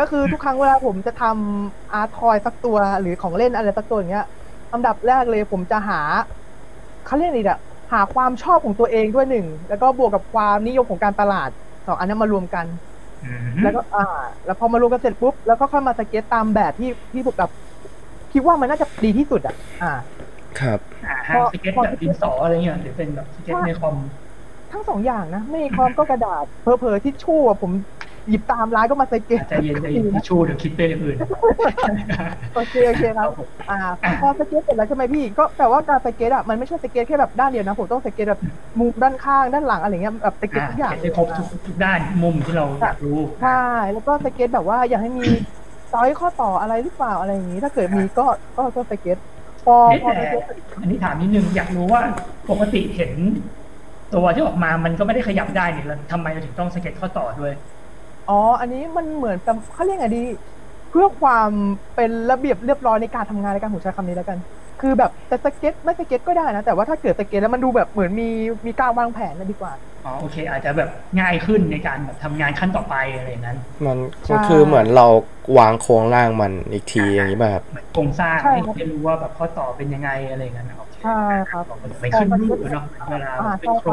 Speaker 2: ก็คือทุกครั้งเวลาผมจะทำอาร์ทอยสักตัวหรือของเล่นอะไรสักตัวอย่างเงี้ยอันดับแรกเลยผมจะหาเขาเรียกอะไรอะหาความชอบของตัวเองด้วยหนึ่งแล้วก็บวกกับความนิยมของการตลาดสองอันนั้นมารวมกัน
Speaker 1: อืม
Speaker 2: แล้วก็อ่า แล้วพอมารวมกันเสร็จปุ๊บแล้วก็ค่อยมาสเก็ตตามแบบที่ที่ผมแบบคิดว่ามันน่าจะดีที่สุดอ่ะอ่า
Speaker 3: ครับ
Speaker 1: อ่าฮะสเก็ตแบบดินสออะไรเงี้ยหรือเป็นแบบสเก็ตในคอม
Speaker 2: ทั้งสองอย่างนะ ไม่คอมก็กระดาษเพอเพอๆที่ชั่วผมหยิบตามร้านก็มาใส่เก็บ
Speaker 1: ใจเย็นใจเย็น ทิชชูเดี๋ยวคิดเป็นอย่างอื่น
Speaker 2: โอเคโอเคครับอ่าพอสเก็ตเสร็จแล้วใช่ไหมพี่ ก็แต่ว่าการสเก็ตอ่ะมันไม่ใช่สเก็ตแค่แบบด้านเดียวนะ ผมต้องสเก็ตแบบมุมด้านข้างด้านหลังอะไรเงี้ยแบบสเก็ต
Speaker 1: อ่า
Speaker 2: ทุกอย่าง
Speaker 1: เก็ตได้ครบทุกทุกด้านมุมที่เราอยากรู้
Speaker 2: ใช่แล้วก็สเก็ตแบบว่าอยากให้มีซอยข้อต่ออะไรหรือเปล่าอะไรอย่างงี้ถ้าเกิดมีก็ก็ก็สเก็ตพอ
Speaker 1: เอ๊ะ
Speaker 2: พอส
Speaker 1: แต่
Speaker 2: เก็ตเสร็จ
Speaker 1: อันนี้ถามนิดนึงอยากรู้ว่าปกติเห็น ตัวที่ออกมามันก็ไม่ได้ขยับได้เนี่ยแล้วทำไมเราถึงต้องสเก็ตข้อต่อด้วย
Speaker 2: อ๋ออันนี้มันเหมือนกับเขาเรียกไงดี เพื่อความเป็นระเบียบเรียบร้อยในการทำงานในการผมใช้คำนี้แล้วกัน คือแบบจะสเก็ตไม่สเก็ตก็ได้นะ แต่ว่าถ้าเกิดสเก็ตแล้วมันดูแบบเหมือนมีมีการวางแผนนะดีกว่า
Speaker 1: อ๋อโอเค อาจจะแบบง่ายขึ้นในการแบบทำงานขั้นต่อไปอะไรอย่างนั้น
Speaker 3: มัน
Speaker 2: ใช่
Speaker 3: ก็คือเหมือนเราวางโครงร่างมันอีกทีอย่างนี้ป่ะครับ
Speaker 1: เหมือนโครงสร้าง
Speaker 2: ใช่
Speaker 1: ให้
Speaker 2: ครับ
Speaker 1: ได้รู้ว่าแบบข้อต่อเป็นยังไงอะไรอย่างนั้นโอเค
Speaker 2: ใช่ครับ
Speaker 1: มันไปขึ้นรูปอะเนาะเวลา
Speaker 2: อ่า
Speaker 1: เป็นโคร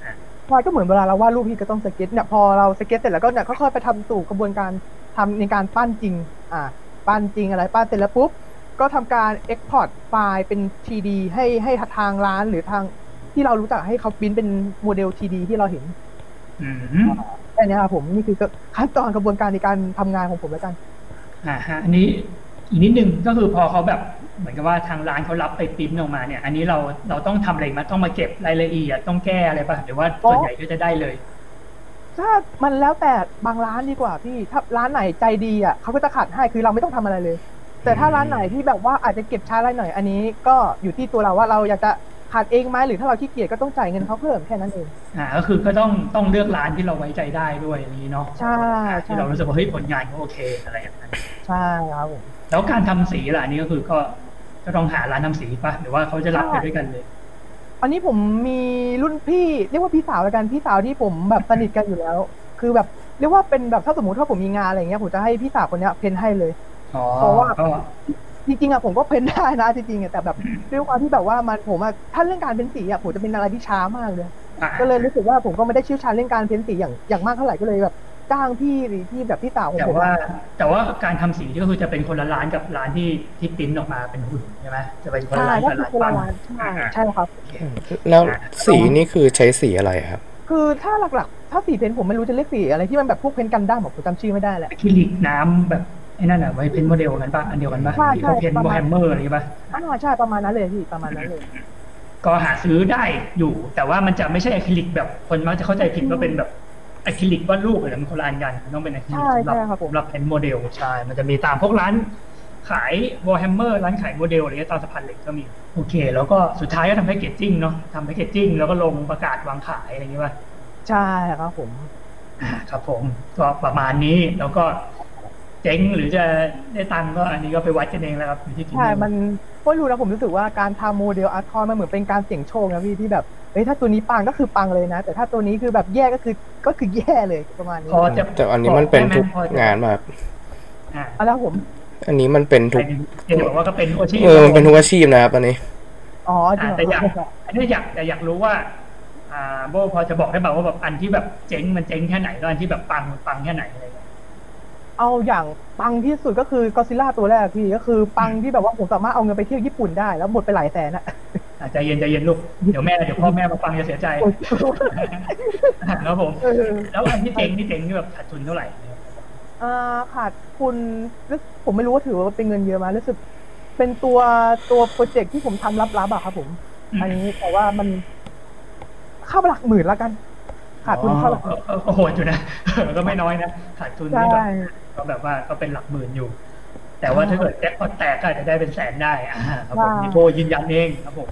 Speaker 2: ใช่ครับ
Speaker 1: ง
Speaker 2: ผม ใช่ก็เหมือนเวลาเราวาดรูปพี่ก็ต้องสเก็ตเนี่ยพอเราสเก็ตเสร็จแล้วก็เนี่ยค่อยๆไปทำสู่กระบวนการทำในการปั้นจริง อ่า ปั้นจริงอะไรปั้นเสร็จแล้วปุ๊บ ก็ทำการ Export ไฟล์เป็น TD ให้ให้ทางร้านหรือทางที่เรารู้จักให้เขาพิมพ์เป็นโมเดล TD ที่เราเห็น
Speaker 1: อืม
Speaker 2: แค่นี้ครับผมนี่คือก็ขั้นตอนกระบวนการในการทำงานของผมแล้วกัน
Speaker 1: อ่าฮะอันนี้อีกนิดนึงก็คือพอเขาแบบเหมือนกับว่าทางร้านเขารับไปปริ้นออกมาเนี่ย อันนี้เราเราต้องทำอะไรมาต้องมาเก็บรายละเอียดต้องแก้อะไรป่ะหรือว่าส่วนใหญ่ก็จะได้เลย
Speaker 2: ถ้ามันแล้วแต่บางร้านดีกว่าพี่ถ้าร้านไหนใจดีอ่ะเขาก็จะขัดให้คือเราไม่ต้องทำอะไรเลย แต่ถ้าร้านไหนที่แบบว่าอาจจะเก็บช้าอะไรหน่อยอันนี้ ก็อยู่ที่ตัวเราว่าเราอยากจะขัดเองไหมหรือถ้าเราขี้เกียจก็ต้องจ่ายเงินเขาเพิ่มแค่นั้นเอง
Speaker 1: อ่าก็คือก็ต้องต้องเลือกร้านที่เราไว้ใจได้ด้วยอย่างนี้เนาะ
Speaker 2: ใช่ใช่
Speaker 1: ที่เรารู้สึกว่าเฮ้ยผลงานเขาโอเคอะไรอย่างนั้น
Speaker 2: ใช่ครับผม
Speaker 1: แล้วการทำสีล่ะอันนี้ก็คือก็ก็ต้องหาร้านทำสีป่ะหรือว่าเขาจะรับไปด้วยกันเลย
Speaker 2: อันนี้ผมมีรุ่นพี่เรียกว่าพี่สาวแล้วกันพี่สาวที่ผมแบบสนิทกันอยู่แล้ว คือแบบเรียกว่าเป็นแบบถ้าสมมติว่าผมมีงานอะไรเงี้ยผมจะให้พี่สาวคนเนี้ยเพ้นให้เลย
Speaker 1: อ๋อ
Speaker 2: เพราะว่า
Speaker 1: ก็
Speaker 2: จริงๆอะผมก็เพ้นได้นะจริงๆอะแต่แบบด้วยความที่แบบว่ามันผมอะถ้าเรื่องการเพ้นสีอะผมจะเป็นอะไรที่ช้ามากเลย
Speaker 1: อ่ะ
Speaker 2: ก็เลยรู้สึกว่าผมก็ไม่ได้เชี่ยวชาญเรื่องการเพ้นสีอย่างอย่างมากเท่าไหร่ก็เลยแบบจ้างพี่หรือที่แบบพี่สาวของ
Speaker 1: แต่
Speaker 2: ผม
Speaker 1: ว่า
Speaker 2: อะ
Speaker 1: แต่ว่าการทำสีก็คือจะเป็นคนละร้านกับร้านที่ที่ปริ้นออกมาเป็นหุ่นใช่ไหมจะเป็นคนละ
Speaker 2: ใช่
Speaker 1: ร้าน
Speaker 2: ก็
Speaker 1: กับ
Speaker 2: คือ
Speaker 1: ร้าน
Speaker 2: คน
Speaker 1: ปั้น
Speaker 2: ละร้านใช่
Speaker 1: อ่า
Speaker 2: ใช่ครับ
Speaker 3: แล้วสีนี่คือใช้สีอะไรครับ
Speaker 2: คือถ้าหลักๆ ถ้าสีเพ้นผมไม่รู้จะเรียกสีอะไรที่มันแบบพวกเพ้นกันด้ามอะผมจำชื่อไม่ได้แหละ
Speaker 1: อะคริลิกน้ำแบบไอ้นั่นอ่ะไว้เพ้นโมเดลกันป่ะอันเดียวกันป่ะ
Speaker 2: ใช่
Speaker 1: ที่
Speaker 2: ใช่
Speaker 1: เขาเพ้น
Speaker 2: ประ
Speaker 1: วอ
Speaker 2: มาณ
Speaker 1: แฮมเมอร์อะไรป่ะ
Speaker 2: อ่าใช่ประมาณนั้นเลยพี่ประมาณนั้นเลย
Speaker 1: ก็หาซื้อได้อยู่ แต่ว่ามันจะไม่ใช่อะคริลิกแบบคนมักจะเข้าใจผิดว่าเป็นแบบอะคริลิกวาดรูปอะไรมันคนละอันกันมันต้องเป็นอะคริลิก
Speaker 2: ใช่
Speaker 1: สำหรับ
Speaker 2: ใช่ครับผม
Speaker 1: สำหรับเพ้นโมเดลใช่มันจะมีตามพวกร้านขายวอลแฮมเมอร์ร้านขายโมเดลอะไรเงี้ยตามสะพานเหล็กก็มีโอเค แล้วก็สุดท้ายก็ทำแพคเกจจิ้งเนาะทำแพคเกจจิ้งแล้วก็ลงประกาศวางขายอะไรอย่างเงี้ยป่ะ
Speaker 2: ใช่ครับผม
Speaker 1: อ่าครับผมก็ประมาณนี้แล้วก็เจ๊งหรือจะได้ตังค์ก็อันนี้ก็ไปวัดกันเองแล้วครับอยู่ที่ฝี
Speaker 2: ใช่
Speaker 1: มือ
Speaker 2: มันก็รู้นะผมรู้สึกว่าการทำโมเดลอาร์ทอยมันเหมือนเป็นการเสี่ยงโชคนะพี่ที่แบบเอ้ยถ้าตัวนี้ปังก็คือปังเลยนะ แต่ถ้าตัวนี้คือแบบแย่ก็คือก็คือแย่เลยประมาณนี้
Speaker 1: พอจะ
Speaker 3: แต่อันนี้มันเป็นทุกงานแบบ
Speaker 1: อ่า
Speaker 2: เอะแล้วผม
Speaker 3: อันนี้มันเป็นทุก
Speaker 1: เดี๋ยวบอกว่าก็เป็นโอชิ
Speaker 3: เออมันเป็นทุกอาชีพนะครับอันนี้
Speaker 2: อ๋อจริ
Speaker 1: อ่าง
Speaker 2: เหร
Speaker 1: แต่อยาก
Speaker 2: อครับ
Speaker 1: อันนี้อยากแต่อยากรู้ว่า อ่าโบพอจะบอกได้เปล่าว่าแบบอันที่แบบเจ๊งมันเจ๊งแค่ไหนแล้วอันที่แบบปังมันปังแค่ไหนอะไรเงี้ย
Speaker 2: เอาอย่างปังที่สุดก็คือกอซิล่าตัวแรกพี่ก็คือปังที่แบบว่าผมสามารถเอาเงินไปเที่ยวญี่ปุ่นได้แล้วหมดไปหลายแสนอะ
Speaker 1: อ่ะใจเย็นใจเย็นลูกเดี๋ยวแม่เดี๋ยวพ่อแม่มาฟังจะเสียใจอ่ะครับผม
Speaker 2: เออ
Speaker 1: แล้วอันที่เจ๊งที่เจ๊งนี่แบบขาดทุนเท่าไหร่
Speaker 2: อ่าขาดทุนรู้สึกผมไม่รู้ว่าถือว่าเป็นเงินเยอะไหมรู้สึก เป็นตัวตัวโปรเจกต์ที่ผมทำลับๆอะครับผม
Speaker 1: อืม
Speaker 2: อันนี้แต่ว่ามันเข้าหลักหมื่นละกัน ขาดทุนเข้าหลักห
Speaker 1: อ๋
Speaker 2: มื่
Speaker 1: อน เออเออโหดอยู่นะ ก็ไม่น้อยนะขาดทุน
Speaker 2: ใช่
Speaker 1: นี่แบบ ก็แบบว่าก็เป็นหลักหมื่นอยู่ แต่ว่าถ้าเกิดแจ็คพอตแตกก็อาจจะได้เป็นแสนได้อ่าครับผมนี่โบยืนยันเองครับผม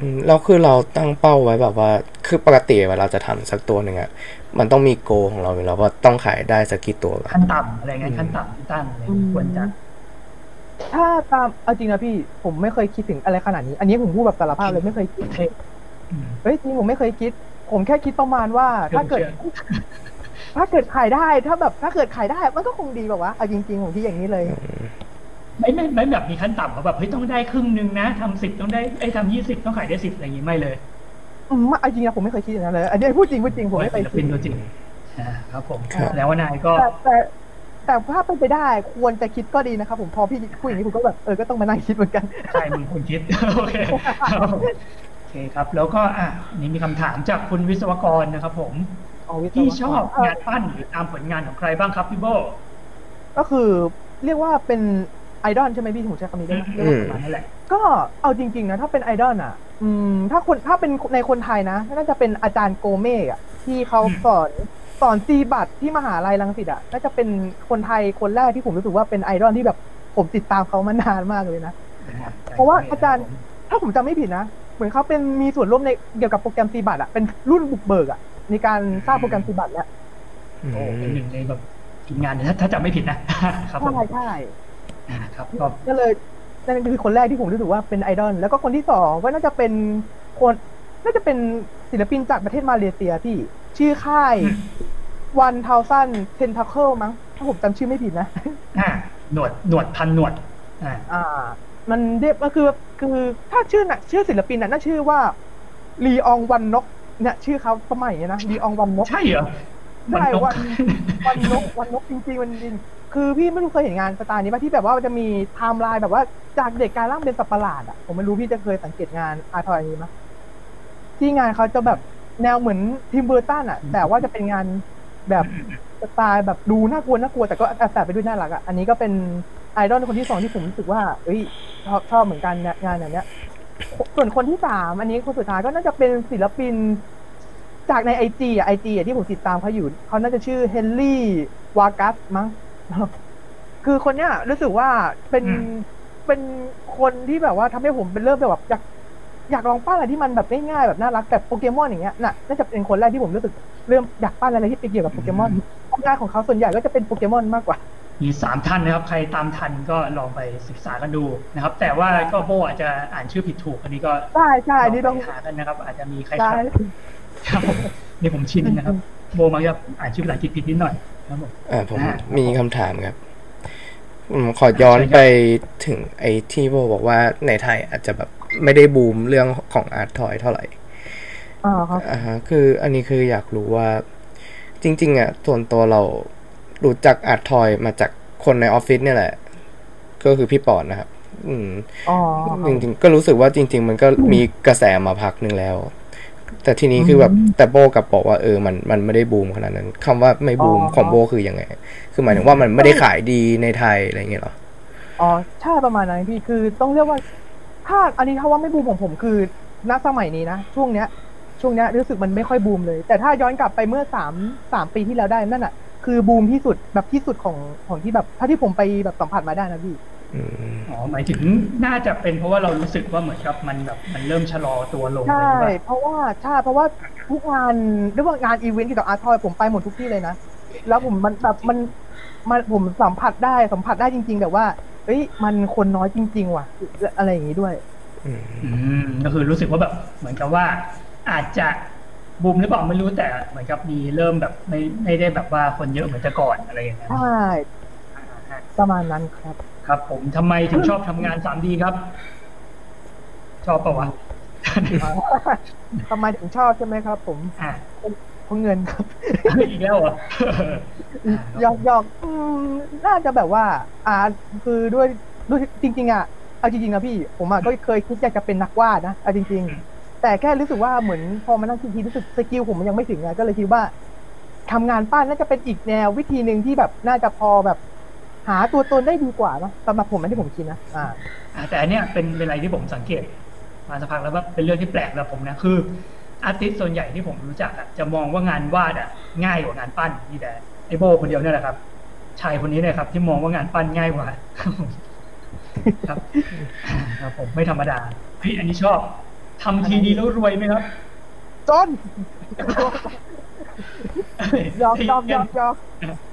Speaker 3: อืมแล้วคือเราตั้งเป้าไว้แบบว่า คือปกติเวลาเราจะทำสักตัวหนึ่งอะมันต้องมีโกลของเราอยู่แล้วว่าต้องขายได้สักกี่ตัวแบบ
Speaker 1: ขั้นต่ำอะไรเงี้ยขั้นต่ำที่ตั้งอะไรเงี้ยควรจะ
Speaker 2: ถ้าตามเอาจริงนะพี่ ผมไม่เคยคิดถึงอะไรขนาดนี้ อันนี้ผมพูดแบบสารภาพเลยไม่เคยคิด
Speaker 1: เทคอืม
Speaker 2: เฮ้ยจริงผมไม่เคยคิด ผมแค่คิดประมาณว่า ถ้าเกิด
Speaker 1: เชื่อ
Speaker 2: ถ้าเกิดขายได้ ถ้าแบบ ถ้าเกิดขายได้ มันก็คงดีแบบว่าเอาจริงๆของพี่อย่างนี้เลย
Speaker 1: ไม่ไม่ไม่แบบมีขั้นต่ำเขาแบบเฮ้ยต้องได้ครึ่งหนึ่งนะทำสิบต้องได้ไอ้ยทำยี่สิบต้องขายได้สิบอะไรอย่างงี้ไม่เลย
Speaker 2: อืมเอาจริงนะผมไม่เคยคิดอย่างนั้นเลยอันนี้พูดจริงพูดจริงผมไม่เค
Speaker 1: ศิ
Speaker 2: ย
Speaker 1: ล
Speaker 2: คิ
Speaker 1: ปิ
Speaker 2: ด
Speaker 1: นตัวจริงอ่าครับผม
Speaker 2: ครับ
Speaker 1: แล้วว่านายก็
Speaker 2: แต่แต่แต่ถ้าเป็นไปได้ควรจะคิดก็ดีนะครับผมพอพี่คุยอย่างนี้ผมก็แบบเออก็ต้องมานั่งคิดเหมือนกัน
Speaker 1: ใช่มึงคุณคิด โอเคครับผมโอเคครับ แล้วก็อ่ะอันนี่มีคำถามจากคุณวิศวกรนะครับผม
Speaker 2: เอาวิศวะ
Speaker 1: ที่ชอบ
Speaker 2: เอ่อง
Speaker 1: านปั้นหรือตามผลงานของใครบ้างครับพี่โบ
Speaker 2: ก็คือเรียกว่าเป็นไอดอลใช่ไหมพี่ผมใช้คำนี้ได้ไหม
Speaker 1: เรื่องประมาณนั้นแหละ
Speaker 2: ก็เอาจริง ๆ นะ ถ้าเป็นไอดอลอ่ะ อืม ถ้าคนถ้าเป็นในคนไทยนะน่าจะเป็นอาจารย์โกเม่อะที่เขาสอนสอนซีบัตที่มหาลัยรังสิตอ่ะน่าจะเป็นคนไทยคนแรกที่ผมรู้สึกว่าเป็นไอดอลที่แบบผมติดตามเขามานานมากเลยนะ เพราะว่าอาจารย์ ถ้าผมจำไม่ผิดนะ เหมือนเขาเป็นมีส่วนร่วมในเกี่ยวกับโปรแกรมซีบัตอะเป็นรุ่นบุกเบิกอะในการสร้างโปรแกรมซีบัตแล้ว
Speaker 3: อืม
Speaker 1: โอ้เป็นหนึ่งในแบบทีมงานถ้าถ้าจำไม่ผิดนะ ครับผม
Speaker 2: ใช่ใช่
Speaker 1: อ่าครับก็
Speaker 2: ก็เลยนั่นคือคนแรกที่ผมรู้สึกว่าเป็นไอดอลแล้วก็คนที่สองก็น่าจะเป็นคนน่าจะเป็นศิลปินจากประเทศมาเลเซียที่ชื่อค่ายวันเทาซันเทนทัคเคิลมั้งถ้าผมจำชื่อไม่ผิดนะ
Speaker 1: อ่าหนวดหนวดพันหนวดอ่า
Speaker 2: อ่า มันเรียกก็คือคือถ้าชื่อน่ะชื่อศิลปินน่ะน่าชื่อว่าลีอองวันนกเนี่ยชื่อเขาประมาณอย่างนี้ยนะลีอองวันนก
Speaker 1: ใช่เหรอ
Speaker 2: ใช่
Speaker 1: นก
Speaker 2: วันวันนกวันนกจริงๆวันจริงคือพี่ไม่รู้เคยเห็นงานสไตล์นี้ป่ะที่แบบว่ามันจะมีไทม์ไลน์แบบว่าจากเด็กกลายร่างเป็นสัตว์ประหลาดอ่ะผมไม่รู้พี่จะเคยสังเกตงานอาร์ทอยนี้มั้ยที่งานเขาจะแบบแนวเหมือนทิมเบอร์ตันอ่ะ แต่ว่าจะเป็นงานแบบ สไตล์แบบดูน่ากลัวน่ากลัวแต่ก็แอบแฝงไปด้วยน่ารักอ่ะอันนี้ก็เป็นไอดอลคนที่สองที่ผมรู้สึกว่าเอ้ยชอบชอบเหมือนกันเนี่ยงานอย่างเนี้ย ส่วนคนที่สามอันนี้คนสุดท้ายก็น่าจะเป็นศิลปิน จากในไอจีอ่ะไอจีอ่ะที่ผมติดตามเขาอยู่ เขาน่าจะชื่อเฮนรี่วากัสมั้ง คือคนเนี้ยรู้สึกว่าเป็น
Speaker 1: อืม
Speaker 2: เป็นคนที่แบบว่าทำให้ผมเป็นเริ่มแบบอยากอยากลองปั้นอะไรที่มันแบบง่ายๆแบบน่ารักแบบโปเกมอนอย่างเงี้ยน่ะน่าจะเป็นคนแรกที่ผมรู้สึกเริ่มอยากปั้นอะไรที่เป็นเกี่ยวกับโปเกมอนงานของเขาส่วนใหญ่ก็จะเป็นโปเกมอนมากกว่า
Speaker 1: มีสามท่านนะครับ ใครตามทันก็ลองไปศึกษากันดูนะครับ แต่ว่าก็โบอาจจะอ่านชื่อผิดถูกอันนี้ก็
Speaker 2: ใช่ใช่อันนี้
Speaker 1: ล
Speaker 2: ต้
Speaker 1: อ
Speaker 2: องง
Speaker 1: ไปหากันนะครับ อาจจะมีใครค
Speaker 2: ใช่
Speaker 1: รับครับผมนี่ผมชินนะครับ โบมักจะอ่านชื่อภาษาอังกฤษผิดนิดหน่อยครับผม
Speaker 3: อ่าผม
Speaker 1: อ่า
Speaker 3: มีคำถามครับผมขอย้อนไปถึงไอ้ที่โบบอกว่าในไทยอาจจะแบบไม่ได้บูมเรื่องของอาร์ตทอยเท่าไหร่
Speaker 2: อ่าครับ
Speaker 3: อ่าฮะคืออันนี้คืออยากรู้ว่าจริง ๆ อ่ะ ส่วนตัวเรารู้จักอาร์ตทอยมาจากคนในออฟฟิศเนี่ยแหละ ก็คือพี่ปอนนะครับ อืม
Speaker 2: อ๋อ
Speaker 3: จริงๆก็รู้สึกว่าจริง ๆ มันก็มีกระแสมาพักหนึ่งแล้ว แต่ทีนี้คือแบบแต่โบกลับบอกว่าเออมันมันไม่ได้บูมขนาดนั้นคำว่าไม่บูม
Speaker 2: อ๋อ
Speaker 3: ของโบคือยังไง คือหมายถึงว่ามันไม่ได้ขายดีในไทยอะไรอย่างเงี้ยเหรอ
Speaker 2: อ๋อใช่ประมาณนั้นพี่คือต้องเรียกว่า ถ้าอันนี้ถ้าว่าไม่บูมของผมคือณสมัยนี้นะ ช่วงเนี้ย ช่วงเนี้ยรู้สึกมันไม่ค่อยบูมเลย แต่ถ้าย้อนกลับไปเมื่อสามสามปีที่แล้วได้นั่นอ่ะ คือบูมที่สุดแบบที่สุดของของที่แบบถ้าที่ผมไปแบบสัมผัสมาได้นะพี่
Speaker 3: อืม
Speaker 1: อ๋อหมายถึงน่าจะเป็นเพราะว่าเรารู้สึกว่าเหมือนกับมันแบบมันเริ่มชะลอตัวลงอะไรอ
Speaker 2: ใช่
Speaker 1: ย่างเงี้ยป่ะ
Speaker 2: เพราะว่าใช่เพราะว่าทุกงานเรียกว่างานอีเวนต์เกี่ยวกับอาร์ทอยผมไปหมดทุกที่เลยนะ แล้วผมมันแบบมันมันผมสัมผัสได้สัมผัสได้จริง ๆ แบบว่าเอ้ยมันคนน้อยจริง ๆ ว่ะอะไรอย่างนี้ด้วย
Speaker 3: อืม
Speaker 1: อืมก็คือรู้สึกว่าแบบเหมือนกับว่า อาจจะบูมหรือเปล่าไม่รู้แต่เหมือนกับมีเริ่มแบบไม่ไม่ได้แบบว่าคนเยอะเหมือนแต่ก่อนอะไรอย่างเงี้ย
Speaker 2: ใช่ประมาณนั้นครับ
Speaker 1: ครับ ผมทำไมถึงชอบทำงาน 3D ครับ ชอบปะวะ
Speaker 2: ทำไมถึงชอบใช่ไหมครับ ผม
Speaker 1: อ่ะ
Speaker 2: เพราะเงินครับ
Speaker 1: อีกแล้วเหรอ อ่ะ
Speaker 2: หยอกหยอกอืมน่าจะแบบว่าอ่าคือด้วยด้วยจริง ๆอ่ะเอาจริงๆนะพี่ ผมอ่ะก็เคยคิดอยากจะเป็นนักวาดนะเอาจริง ๆ แต่แค่รู้สึกว่าเหมือนพอมานั่งคิดทีรู้สึกสกิลผมมันยังไม่ถึงไงก็เลยคิดว่าทำงานป้านน่าจะเป็นอีกแนววิธีหนึ่งที่แบบน่าจะพอแบบ หาตัวตนได้ดีกว่านะสำหรับผมนะที่ผมคิดนะอ่า
Speaker 1: อ่ะแต่อันเนี้ยเป็นเป็นอะไรที่ผมสังเกต มาสักพักแล้วว่าเป็นเรื่องที่แปลกสำหรับผมนะคืออาร์ติสต์ส่วนใหญ่ที่ผมรู้จักอะจะมองว่างานวาดอะง่ายกว่างานปั้นนี่แต่ไอโบคนเดียวเนี่ยแหละครับ ชายคนนี้เนี่ยครับ ที่มองว่างานปั้นง่ายกว่า ครับ ครับผมไม่ธรรมดาเฮ้ยอันนี้ชอบทำทีดีแล้วรวยไหมครับ
Speaker 2: จนยอกยอกยอกยอก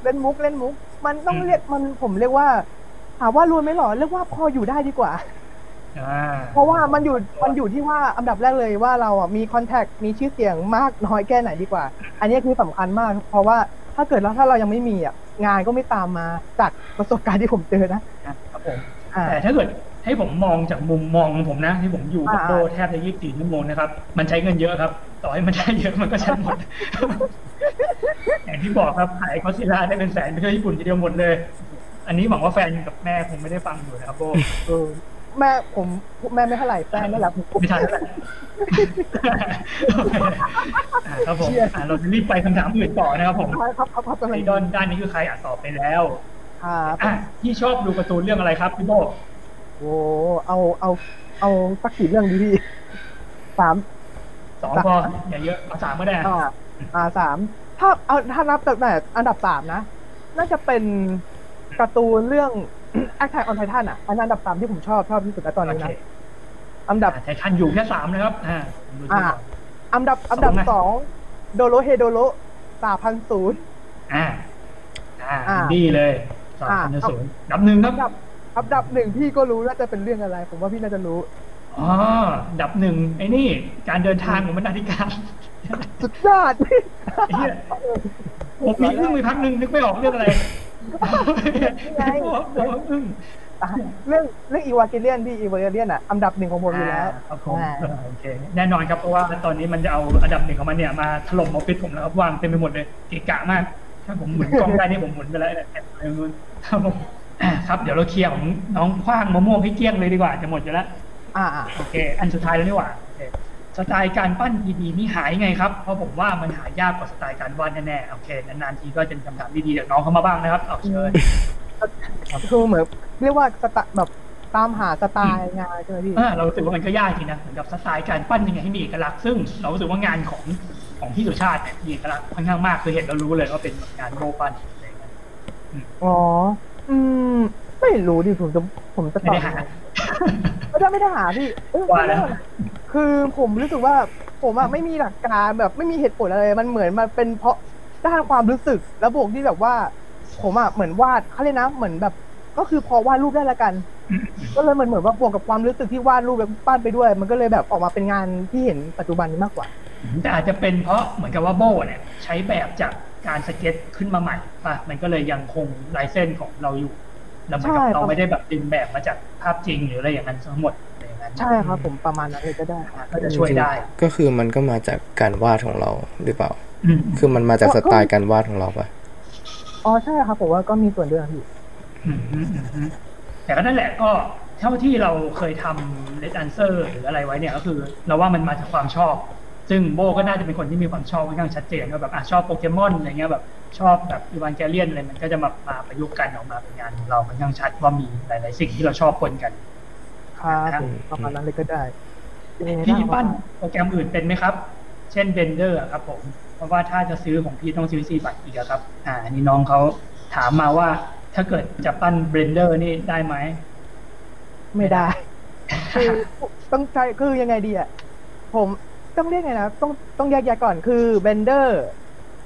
Speaker 2: เล่นมุกเล่นมุก มันต้องเรียกมันผมเรียกว่าถามว่ารวยไหมหรอเรียกว่าพออยู่ได้ดีกว่า
Speaker 1: อ่
Speaker 2: เพราะว่ามันอยู่มันอยู่ที่ว่าอันดับแรกเลยว่าเราอ่ะมีคอนแทคมีชื่อเสียงมากน้อยแค่ไหนดีกว่า อันนี้คือสำคัญมาก เพราะว่าถ้าเกิดเราถ้าเรายังไม่มีอ่ะงานก็ไม่ตามมาจากประสบการณ์ที่ผมเจอนะครับ
Speaker 1: ผม
Speaker 2: อ่า
Speaker 1: แต่ถ้าเกิดให้ผมมองจากมุมมองของผมนะ ที่ผมอยู่กับ
Speaker 2: อ่า
Speaker 1: โบแทบจะยี่สิบสี่ชั่วโมงนะครับ มันใช้เงินเยอะครับ ต่อให้มันได้เยอะมันก็ใช้หมด อย่างที่บอกครับขายคอสซิล่าได้เป็นแสนไปเที่ยวญี่ปุ่นทีเดียวหมดเลย อันนี้หวังว่าแฟนกับแม่คงไม่ได้ฟังอยู่นะครับโบ
Speaker 2: เออแม่ผมแม่ไม่เท่าไหร่แฟนไม่รับผม
Speaker 1: ไม่ทันแล้วแหละ อ่าครับผม
Speaker 2: เชี่ย
Speaker 1: อ่าเราจะรีบไปคำถามอื่นต่อนะครับผม
Speaker 2: ครับครับครับกำ
Speaker 1: ไอ
Speaker 2: ลัง
Speaker 1: ดอนด้านนี้คือใครอ่ะตอบไปแล้ว
Speaker 2: ครับ
Speaker 1: อ่ะพี่ชอบดูการ์ตูนเรื่องอะไรครับพี่โบ
Speaker 2: โอ้เอาเอาเอาสักกี่เรื่องดีพี่สาม
Speaker 1: สองพออย่าเยอะเอาสามก็ได้อ่ะ
Speaker 2: อ่าอ่าสามถ้าเอาถ้านับตั้งแต่อันดับสามนะ น่าจะเป็นการ์ตูนเรื่อง Attack on Titan อ่ะอันนั้นอันดับสามที่ผมชอบชอบที่สุดนะตอน
Speaker 1: โอ
Speaker 2: นี้
Speaker 1: เค
Speaker 2: นะอันดับ
Speaker 1: ไททันอยู่แค่สามนะครับ อ่าผมดูชื่อก่อน
Speaker 2: อ่า อันดับอันดับ
Speaker 1: สองนะ
Speaker 2: สองโดโรเฮโดโรสาพันศูนย์
Speaker 1: อ่า อ่า
Speaker 2: อ่า
Speaker 1: ดีเลยสอง
Speaker 2: อ่า
Speaker 1: พันศูนย์ดับหนึ่งครับ
Speaker 2: อันดับอันดับหนึ่งพี่ก็รู้น่าจะเป็นเรื่องอะไร ผมว่าพี่น่าจะรู้
Speaker 1: อ๋อดับหนึ่งไอ้นี่ การเดินทางของบรรณาธิการ
Speaker 2: สุดยอด
Speaker 1: ไอ้เหี้ยผมมีอึ้งไปพักหนึ่งนึกไม่ออกเรื่องอะไร
Speaker 2: ไง
Speaker 1: ผมผมอึ้ง
Speaker 2: อ่ะเรื่องเรื่องอีวาเกเลียนพี่อีวาเกเลียนอ่ะอันดับหนึ่งของผมอยู่แล้ว
Speaker 1: อ่าครับผม
Speaker 2: อ่า
Speaker 1: โอเคแน่นอนครับเพราะว่าตอนนี้มันจะเอาอันดับหนึ่งของมันเนี่ยมาถล่มออฟฟิศผมแล้วครับวางเต็มไปหมดเลยเกะกะมาก ถ้าผมหมุนกล้องได้นี่ผมหมุนไปแล้วเนี่ยแอบไปนู้นครับผมอ่าครับ เดี๋ยวเราเคลียร์ของน้องคว้างมะม่วงให้เกลี้ยงเลยดีกว่าจะหมดอยู่แล้ว
Speaker 2: อ่าอ่า
Speaker 1: โอเค อันสุดท้ายแล้วนี่หว่าโอเคส สไตล์การปั้น 3D นี่หายไงครับ เพราะผมว่ามันหายากกว่าสไตล์การวาดแน่ๆโอเคนานๆทีก็จะมีคำถามดีๆจากน้องเข้ามาบ้างนะครับเอาเชิญ
Speaker 2: คือเหมือนเรียกว่าสไตล์แบบตามหาสไตล์งานใช่ไหมพี่
Speaker 1: อ่าเรารู้สึกว่ามันก็ยากจริงนะเหมือนกับสไตล์การปั้นยังไงให้มีเอกลักษณ์ซึ่งเรารู้สึกว่างานของของพี่สุชาติเนี่ยมีเอกลักษณ์ค่อนข้างมากคือเห็นเรารู้เลยว่าเป็นงานโบปั้นอะไรเงี้ย
Speaker 2: อ๋อ อืม ไม่รู้ดิผมจะผมจะ
Speaker 1: ไม่
Speaker 2: ตอบ
Speaker 1: ได้ หา
Speaker 2: ไม่ได้ไม่ได้หาพี่เอ้ย
Speaker 1: ว่าแล้ว
Speaker 2: คือผมรู้สึกว่าผมอะไม่มีหลักการแบบไม่มีเหตุผลอะไร มันเหมือนมันเป็นเพราะด้านความรู้สึกแล้วบวกที่แบบว่า ผมอะเหมือนวาดเขาเลยกนะเหมือนแบบ ก็คือพอวาดรูปได้ละกัน ก็เลยเหมือนเหมือนว่าบวกกับความรู้สึกที่วาดรูปแล้วปั้นไปด้วย มันก็เลยแบบออกมาเป็นงานที่เห็นปัจจุบันนี้มากกว่า
Speaker 1: แต่อาจจะเป็นเพราะเหมือนกับว่าโบเนี่ยใช้แบบจากการสเก็ตขึ้นมาใหม่ป่ะมันก็เลยยังคงลายเส้นของเราอยู่ แล้วเหมือนกับ
Speaker 2: ใช่
Speaker 1: เราไม่ได้แบบดึงแบบมาจากภาพจริงหรืออะไรอย่างนั้นทั้งหมดอะไรอย่างนั้น
Speaker 2: ใช่ครับ ผมประมาณนั้นเลยก็ได้
Speaker 1: อ่าก็จะช่วยได้
Speaker 3: ก็คือมันก็มาจากการวาดของเราหรือเปล่า
Speaker 1: อืม
Speaker 3: คือมันมาจากสไตล์การวาดของเราปะ
Speaker 2: อ๋อใช่ครับผมว่าก็มีส่วนด้วยครับพี่
Speaker 1: อืมอืมอืมอืมแต่ก็นั่นแหละก็เท่าที่เราเคยทำเลดอันเซอร์หรืออะไรไว้เนี่ยก็คือ เราว่ามันมาจากความชอบ ซึ่งโบก็น่าจะเป็นคนที่มีความชอบค่อนข้างชัดเจนว่าแบบอ่ะชอบโปเกมอนอะไรเงี้ยแบบชอบแบบอีวานแกเลียนอะไรมันก็จะมามาประยุกต์กันออกมาเป็นงานของเราค่อนข้างชัดว่ามีหลาย ๆ สิ่งที่เราชอบปนกัน
Speaker 2: ครับผมประมาณนั้นเลยก็ได้
Speaker 1: พี่ปั้นโปรแกรมอื่นเป็นไหมครับ เช่นเบนเดอร์ครับผม เพราะว่าถ้าจะซื้อของพี่ต้องซื้อซีบัตรอีกอะครับ อ่าอันนี่น้องเขาถามมาว่า ถ้าเกิดจะปั้นเบนเดอร์นี่ได้ไหม
Speaker 2: ไม่ ได้ คือต้องใช้คือยังไงดีอ่ะผมต้องเรียกไงนะต้องต้องแยกแยะก่อนคือเบนเดอร์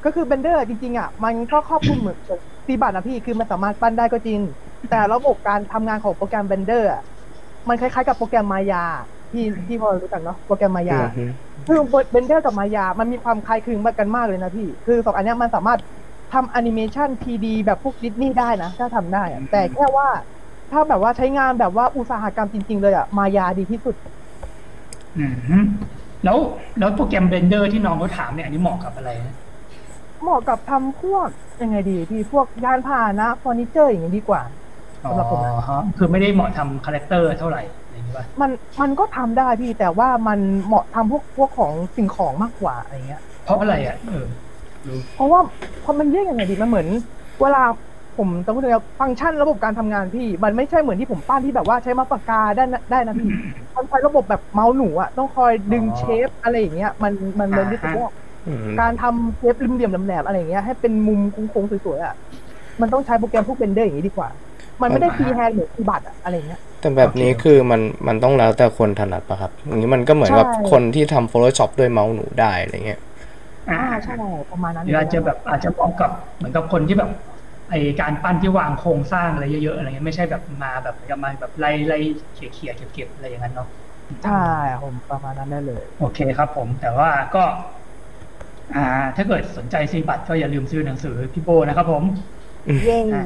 Speaker 2: ก็คือเบนเดอร์จริงๆอ่ะมันก็ครอบคลุมเหมือนตีบัตรนะพี่คือมันสามารถปั้นได้ก็จริง แต่ระบบการทำงานของโปรแกรมเบนเดอร์มันคล้ายๆกับโปรแกรมมายาที่ที่พอรู้จักเนาะโปรแกรมมายา
Speaker 3: อือฮึ
Speaker 2: คือเบนเดอร์กับมายา มันมีความคล้ายคลึงกันมากเลยนะพี่ คือสองอันเนี้ยมันสามารถทำแอนิเมชัน 3D แบบพวกดิสนีย์ได้นะ ถ้าทำได้อะแต่แค่ว่า ถ้าแบบว่าใช้งานแบบว่าอุตสาหกรรมจริง ๆ เลยอะมายาดีที่สุด
Speaker 1: อืมฮึแล้วแล้วโปรแกรมเบนเดอร์ที่น้องเขาถามเนี่ยอันนี้เหมาะกับอะไรนะ
Speaker 2: เหมาะกับทำพวกยังไงดีพี่พวกยานพาหนะเฟอร์นิเจอร์อย่างนี้ดีกว่า
Speaker 1: อ๋
Speaker 2: สำหรับผม
Speaker 1: อฮะคือไม่ได้เหมาะทำคาแรคเตอร์เท่าไหร่อะไรอย่างเงี้ยป่ะ
Speaker 2: มันมันก็ทำได้พี่ แต่ว่ามันเหมาะทำพวกพวกของสิ่งของมากกว่าอะไรเงี้ย
Speaker 1: เพราะอะไรอ่ะเออ
Speaker 2: เพราะว่าพอมันเรียกยังไงดีมันเหมือน เวลาผมจะพูดเลยฟังก์ชันระบบการทำงานพี่ มันไม่ใช่เหมือนที่ผมปั้นที่แบบว่าใช้มาปากกาได้นะได้นะพี่มันใช้ระบบแบบเมาส์หนูอะต้องคอยดึงเชฟอะไรอย่างเงี้ยมันมันเลยรู้สึกว่า
Speaker 3: อืม
Speaker 2: การทำเชฟริมเหลี่ยมแหลมๆอะไรอย่างเงี้ยให้เป็นมุมโค้งๆสวยๆอะมันต้องใช้โปรแกรมพวกเบนเดอร์อย่างนี้ดีกว่า มันไม่ได้ฟรีแฮนด์เหมือนคีย์บอร์ดอะอะไรอย่างเงี้ย
Speaker 3: แต่แบบนี้คือมันมันต้องแล้วแต่คนถนัดปะครับอย่างนี้มันก็เหมือนกับ
Speaker 2: ใช่
Speaker 3: คนที่ทำ Photoshop ด้วยเมาส์หนูได้อะไรเงี้ย
Speaker 1: อ่า
Speaker 2: อ่าใช่ประมาณนั้น
Speaker 1: หรืออาจจะแบบอาจจะเหมาะกับเหมือนกับคนที่แบบไอการปั้นที่วางโครงสร้างอะไรเยอะๆอะไรเงี้ยไม่ใช่แบบมาแบบเหมือนกับมาแบบไล่ไล่เขี่ยเขี่ยๆเก็บๆอะไรอย่างนั้นเนาะ
Speaker 2: ใช่ผมประมาณนั้นได้เลย
Speaker 1: โอเคครับผมแต่ว่าก็ อ่า ถ้าเกิดสนใจซื้อบัตรก็อย่าลืมซื้อหนังสือพี่โบนะครับผม
Speaker 2: เย้
Speaker 1: อ่ะ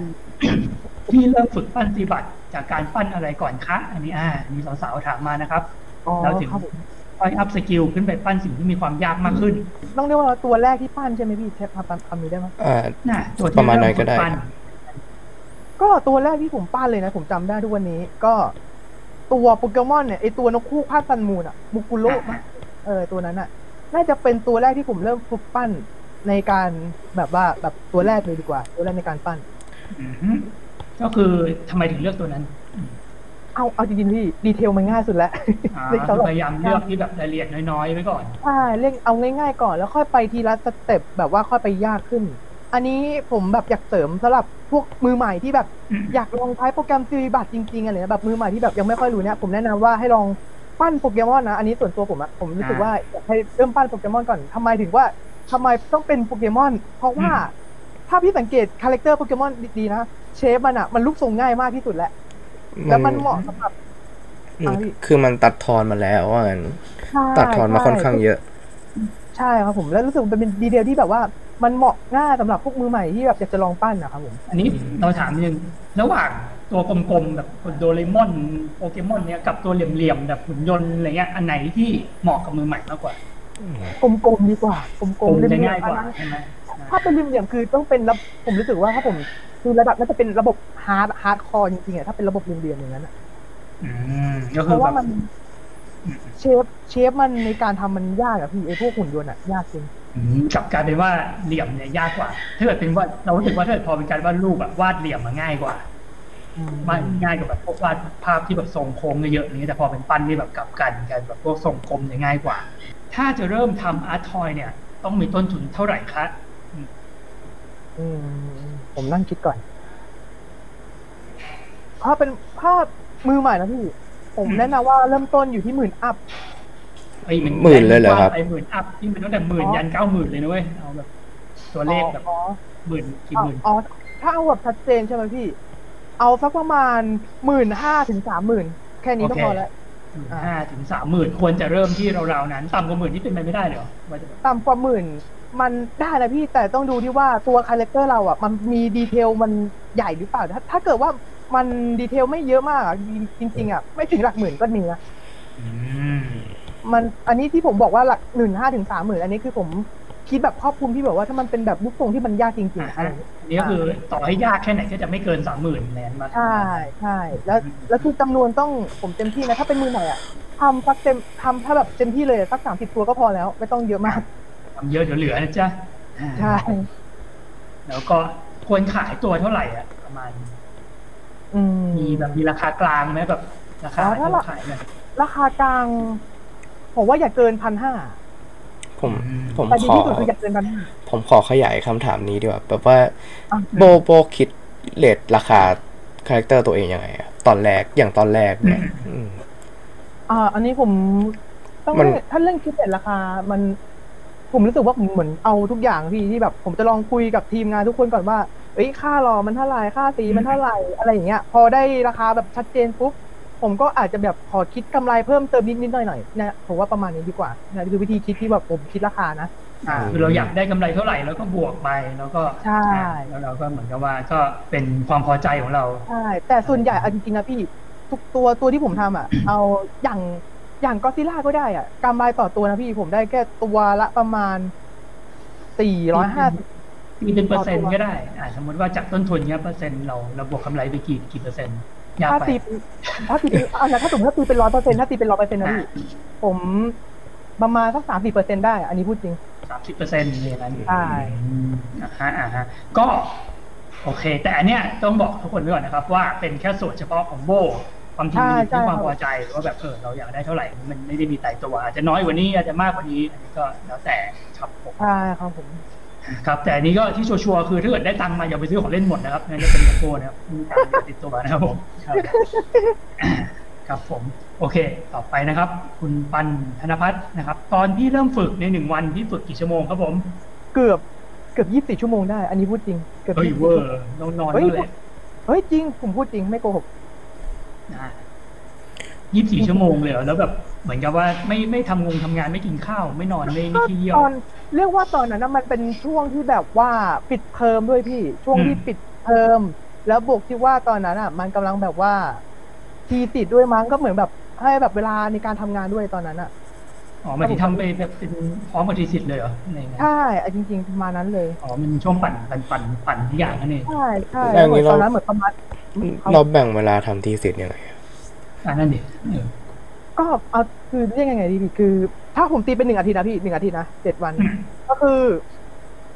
Speaker 1: พี่เริ่มฝึกปั้นซีบัตรจากการปั้นอะไรก่อนคะอันนี้อ่าอันนี้สาวๆถามมานะครับ
Speaker 2: อ๋อ
Speaker 1: เราถึง
Speaker 2: ครับผม
Speaker 1: ค่อยอัพสกิลขึ้นไปปั้นสิ่งที่มีความยากมากขึ้น
Speaker 2: ต้องเรียกว่าตัวแรกที่ปั้นใช่ไหมพี่เชฟทำนี้ได้ไหม
Speaker 3: อ่า
Speaker 1: นะตัวที่
Speaker 3: ประมาณนั้
Speaker 1: เริ่ม
Speaker 3: นก็
Speaker 1: ฝึก
Speaker 3: ได้
Speaker 1: ปั้น
Speaker 2: ก็ตัวแรกที่ผมปั้นเลยนะ ผมจำได้ทุกวันนี้ก็ ตัวโปเกมอนเนี่ยไอตัวนกคู่ภาคซันมูนอะบุกุโร่
Speaker 1: อ่ะ
Speaker 2: เออตัวนั้นอะน่าจะเป็นตัวแรกที่ผมเริ่มฝึกปั้นในการแบบว่าแบบตัวแรกเลยดีกว่า ตัวแรกในการปั้น
Speaker 1: อือฮึก็คือทำไมถึงเลือกตัวนั้น
Speaker 2: เอาเอาจริงๆพี่ดีเทลมันง่ายสุดแล้ว
Speaker 1: อ่า
Speaker 2: เลือกตลอด
Speaker 1: พยายามเลือกที่แบบรายละเอียดน้อยๆไว้ก่อน
Speaker 2: ใช่เร่งเอาง่ายๆก่อนแล้วค่อยไปทีละสเต็ปแบบว่าค่อยไปยากขึ้น อันนี้ผมแบบอยากเสริมสำหรับพวกมือใหม่ที่แบบ
Speaker 1: อืม
Speaker 2: อยากลองใช้โปรแกรมซีรีบัตรจริงๆอะไรเงี้ยแบบมือใหม่ที่แบบยังไม่ค่อยรู้เนี่ยผมแนะนำว่าให้ลองปั้นโปเกมอนนะ อันนี้ส่วนตัวผมอะผมรู้สึกว่าอยากให้เริ่มปั้นโปเกมอนก่อนทำไมถึงว่าทำไมต้องเป็นโปเกมอน เพราะว่าถ้าพี่สังเกตคาแรคเตอร์โปเกมอนดีๆนะเชฟมันอะมันรูปทรงง่ายมากที่สุดแล้วแล้วมันเหมาะสำหรับ
Speaker 3: อืม
Speaker 2: อ่ะพี่
Speaker 3: คือมันตัดทอนมาแล้วว่างั้น
Speaker 2: ใช่
Speaker 3: ตัดทอนมาค่อนข้าง
Speaker 2: ใช่
Speaker 3: เยอะ
Speaker 2: ใช่ครับผมแล้วรู้สึกมันเป็นดีเทลที่แบบว่ามันเหมาะง่ายสำหรับพวกมือใหม่ที่แบบอยากจะลองปั้นนะครับผม
Speaker 1: อันนี้เราถามนิดนึงระหว่างตัวกลมๆแบบโดเรมอนโปเกมอนเนี่ยกับตัวเหลี่ยมๆแบบหุ่นยนต์อะไรเงี้ยอันไหนที่เหมาะกับมือใหม่มากกว่าก
Speaker 2: ลมๆดีกว่าก
Speaker 1: ก
Speaker 2: ล
Speaker 1: ล
Speaker 2: ม
Speaker 1: ม
Speaker 2: ๆ
Speaker 1: จะ
Speaker 2: เรีย
Speaker 1: ง่าย
Speaker 2: บ
Speaker 1: ก
Speaker 2: ๆ
Speaker 1: ว่า
Speaker 2: นะ
Speaker 1: ใช่ไหม
Speaker 2: ถ้าเป็นริมเหลี่ยมคือต้องเป็นระบบผมรู้สึกว่าถ้าผมคือระดับน่าจะเป็นระบบฮาร์ดฮาร์ดคอร์จริงๆอะถ้าเป็นระบบริมเหลี่ยมอย่างนั้นอะ
Speaker 1: อืมก็
Speaker 2: เพ
Speaker 1: คือ
Speaker 2: ราะ
Speaker 1: แบ
Speaker 2: ว่า
Speaker 1: บ
Speaker 2: มัน เชฟเชฟมันในการทำมันยากอะพี่ไอพวกหุ่นยนต์อะยากจริง
Speaker 1: อืมกลับกลายเป็นว่าเหลี่ยมเนี่ยยากกว่า ถ้าเกิดเป็นว่าดเรารู้สึกว่าถ้าเกิดพอเป็นการวาดรูปอะวาดเหลี่ยมมาง่ายกว่า
Speaker 2: อืม
Speaker 1: วาดง่ายกว่าแบบพวกวาดภาพที่แบบทรงโค้งเยอะๆอย่างนี้แต่พอเป็นปั้นนี่แบบกลับกันกันแบบพวกทรงกลมเนี่ยง่ายกว่า ถ้าจะเริ่มทำอาร์ตทอยเนี่ย ต้องมีต้นทุนเท่าไหร่คะ
Speaker 2: อืมผมนั่งคิดก่อน ถ้าเป็นถ้ามือใหม่นะพี่ ผมแนะนำว่าเริ่มต้นอยู่ที่หมื่นอัพ
Speaker 1: ไอ้ยมัน
Speaker 3: หมื่นเลยเหรอครับ
Speaker 1: ไอ้หมื่นอัพนี่มันตั้งแต่หมื่น
Speaker 2: อ๋อ
Speaker 1: ยันเก้าหมื่นเลยนะเว้ยเอาแบบ ตัวเลขแบบ
Speaker 2: อ๋อ
Speaker 1: หมื่นกี่
Speaker 2: อ๋
Speaker 1: ห
Speaker 2: อ
Speaker 1: มื่น
Speaker 2: อ๋อถ้าเอาแบบชัดเจนใช่ไหมพี่ เอาสักประมาณหมื่นห้าถึงสามหมื่นแค่นี้ก็พอแล้ว
Speaker 1: หมื่นห้าถึงสามหมื่นควรจะเริ่มที่ราวๆนั้นต่ำกว่าหมื่นที่เป็นไปไม่ได้เลยเหรอว่าจะแบบ
Speaker 2: ต่ำกว่าหมื่นมันได้นะพี่แต่ต้องดูที่ว่าตัวคาแรคเตอร์เราอ่ะ มันมีดีเทลมันใหญ่หรือเปล่า ถ้าถ้าเกิดว่ามันดีเทลไม่เยอะมากอะจริงๆอ่ะไม่ถึงหลักหมื่นก็มีนะ
Speaker 1: อืม
Speaker 2: มันอันนี้ที่ผมบอกว่าหลักหมื่นห้าถึงสามหมื่นอันนี้คือผมคิดแบบครอบคลุมที่แบบว่าถ้ามันเป็นแบบลูกทรงที่มันยากจริงๆอะอะไรอย่างเงี้ย
Speaker 1: อันนี้ก็คือต่อให้ยากแค่ไหนก็จะไม่เกินสามหมื่นแนนมา
Speaker 2: ใช่ใช่แล้วแล้วคือจำนวนต้องผมเต็มที่นะถ้าเป็นมือใหม่อะทำสักเต็มทำถ้าแบบเต็มที่เลยสักสามสิบตัวก็พอแล้ว ไม่ต้องเยอะมาก
Speaker 1: ทำเยอะเดี๋ยวเหลือนะจ๊ะ
Speaker 2: ใช่
Speaker 1: แล้วก็ควรขายตัวเท่าไหร่อ่ะ ประมาณ
Speaker 2: อืม
Speaker 1: มีแบบมีราคากลางไหมแบบราคา
Speaker 2: อ๋อ
Speaker 1: ที่
Speaker 2: ถ้า
Speaker 1: เรา
Speaker 2: เรา
Speaker 1: ขายเนี่ย
Speaker 2: ราคากลางผมว่าอย่าเกินพันห้า
Speaker 3: ผมผม
Speaker 2: แต่ดี
Speaker 3: ขอ
Speaker 2: ที่สุดคืออย่าเกินพันห้า
Speaker 3: ผมขอขยายคำถามนี้ดีกว่าแบบว่า
Speaker 2: อ่ะ
Speaker 3: โบโบคิดเลทราคาคาแรคเตอร์ตัวเองยังไงอะตอนแรกอย่างตอนแรกเนี่ยอืม
Speaker 2: อ่าอันนี้ผมต้อง
Speaker 3: มัน
Speaker 2: ถ้าเรื่องคิดเด็ดราคา มัน ผมรู้สึกว่าผมเหมือนเอาทุกอย่างพี่ที่แบบ ผมจะลองคุยกับทีมงานทุกคนก่อนว่าเอ้ยค่ารอมันเท่าไหร่ค่าสีมันเท่าไหร่อะไรอย่างเงี้ย พอได้ราคาแบบชัดเจนปุ๊บผมก็อาจจะแบบขอคิดกำไรเพิ่มเติมนิดนิดๆหน่อยหน่อยๆนะผมว่าประมาณนี้ดีกว่านะคือวิธีคิดที่แบบผมคิดราคานะ
Speaker 1: อ่าคือเราอยากได้กำไรเท่าไหร่แล้วก็บวกไปแล้วก็
Speaker 2: ใช่
Speaker 1: อ่าแล้วเราก็เหมือนกับว่าก็เป็นความพอใจของเรา
Speaker 2: ใช่แต่ส่วนใหญ่เอาจริงๆนะพี่ทุกตัวตัวที่ผมทำอ่ะ เอาอย่างอย่างก็ซิล่าก็ได้อ่ะกำไรต่อตัวนะพี่ผมได้แค่ตัวละประมาณสี่ร้อยห้า
Speaker 1: มีเป็นเปอร์เซ็นต์ก็ได้ อ่าสมมติว่าจากต้นทุนเนี้ยเปอร์เซ็นต์เราเราบวกกำไรไปกี่กี่เปอร์เซ็นต์ยาก
Speaker 2: ถ้า
Speaker 1: ไป
Speaker 2: ตีเป็นถ้าตีเป็นอันนั้นถ้าสมมติถ้าตีเป็นร้อยเปอร์เซ็นถ้าตีเป็นร้อยเปอร์เซ็นนะพี่ผมประมาณสักสามสี่เปอร์เซ็นได้ อันนี้พูดจริง
Speaker 1: สามสิบเปอร์เซ็นต์เลยางนั้น
Speaker 2: ใช่
Speaker 1: อืมอ่าฮะอ่าฮะก็โอเค แต่อันเนี้ยต้องบอกทุกคนไว้ก่อนนะครับ ว่าเป็นแค่ส่วนเฉพาะของโบความจริงมันอยู่ที่
Speaker 2: ใช่ใช่
Speaker 1: ความพอใจว่าแบบเออเราอยากได้เท่าไหร่มันไม่ได้มีตายตัว อาจจะน้อยกว่านี้อาจจะมากกว่านี้ อันนี้ก็แล้วแต่ครับผม
Speaker 2: ใช่ครับผม
Speaker 1: ครับ แต่อันนี้ก็ที่ชัวร์ๆคือถ้าเกิดได้ตังค์มาอย่าไปซื้อของเล่นหมดนะครับงั้นจะเป็นแบบโบนะครับมีตังค์ติดตัวนะครับผมครับครับผม โอเค ต่อไปนะครับ คุณปันธนพัฒน์นะครับ ตอนพี่เริ่มฝึกในหนึ่งวันพี่ฝึกกี่ชั่วโมงครับผม
Speaker 2: เกือบเกือบยี่สิบชั่วโมงได้ อันนี้พูดจริง เกือบ
Speaker 1: เฮ้ย
Speaker 2: 24
Speaker 1: เวอร์ต้องนอน
Speaker 2: เฮ้ย
Speaker 1: แล้วแหละ
Speaker 2: เฮ้ยจริง ผมพูดจริงไม่โกหก
Speaker 1: ยี่สิบสี่ชั่วโมงเลยเหรอแล้วแบบเหมือนกับว่าไม่ไม่ทำงงทำงานไม่กินข้าว ไม่นอนไม่ไม่ขี้เยี่ยว
Speaker 2: ตอนเรียกว่าตอนนั้นนะมันเป็นช่วงที่แบบว่าปิดเทอมด้วยพี่ ช่วง
Speaker 1: อืม
Speaker 2: ที่ปิดเทอมแล้วบวกที่ว่าตอนนั้นอ่ะ มันกำลังแบบว่า ทีติดด้วยมั้งก็เหมือนแบบให้แบบเวลาในการทำงานด้วยตอนนั้นอ่ะ
Speaker 1: อ๋อหมายถึงทำไปแบบเป็นพร้อมกับทีสิทธิ์เลยเหรออะไรเงี้ย
Speaker 2: ใช่อ่ะจริงๆประมาณนั้นเลย
Speaker 1: อ๋อมันช่วงปั่นปั่นปั่นปั่นทุกอย่างนั่นเอง
Speaker 2: ใช่ใช่
Speaker 3: แล้วอย่างนี้
Speaker 2: ต
Speaker 3: เรา
Speaker 2: อนนั้นเหมือนประมาณ ครับ
Speaker 3: เราแบ่งเวลาทำทีสิทธิ์ยังไงอะ
Speaker 1: อ่านั่นดิเออ
Speaker 2: ก็เอาคือเรียกยังไงดีพี่คือ ถ้าผมตีเป็นหนึ่งอาทิตย์นะพี่หนึ่งอาทิตย์นะเจ็ดวัน ก็คือ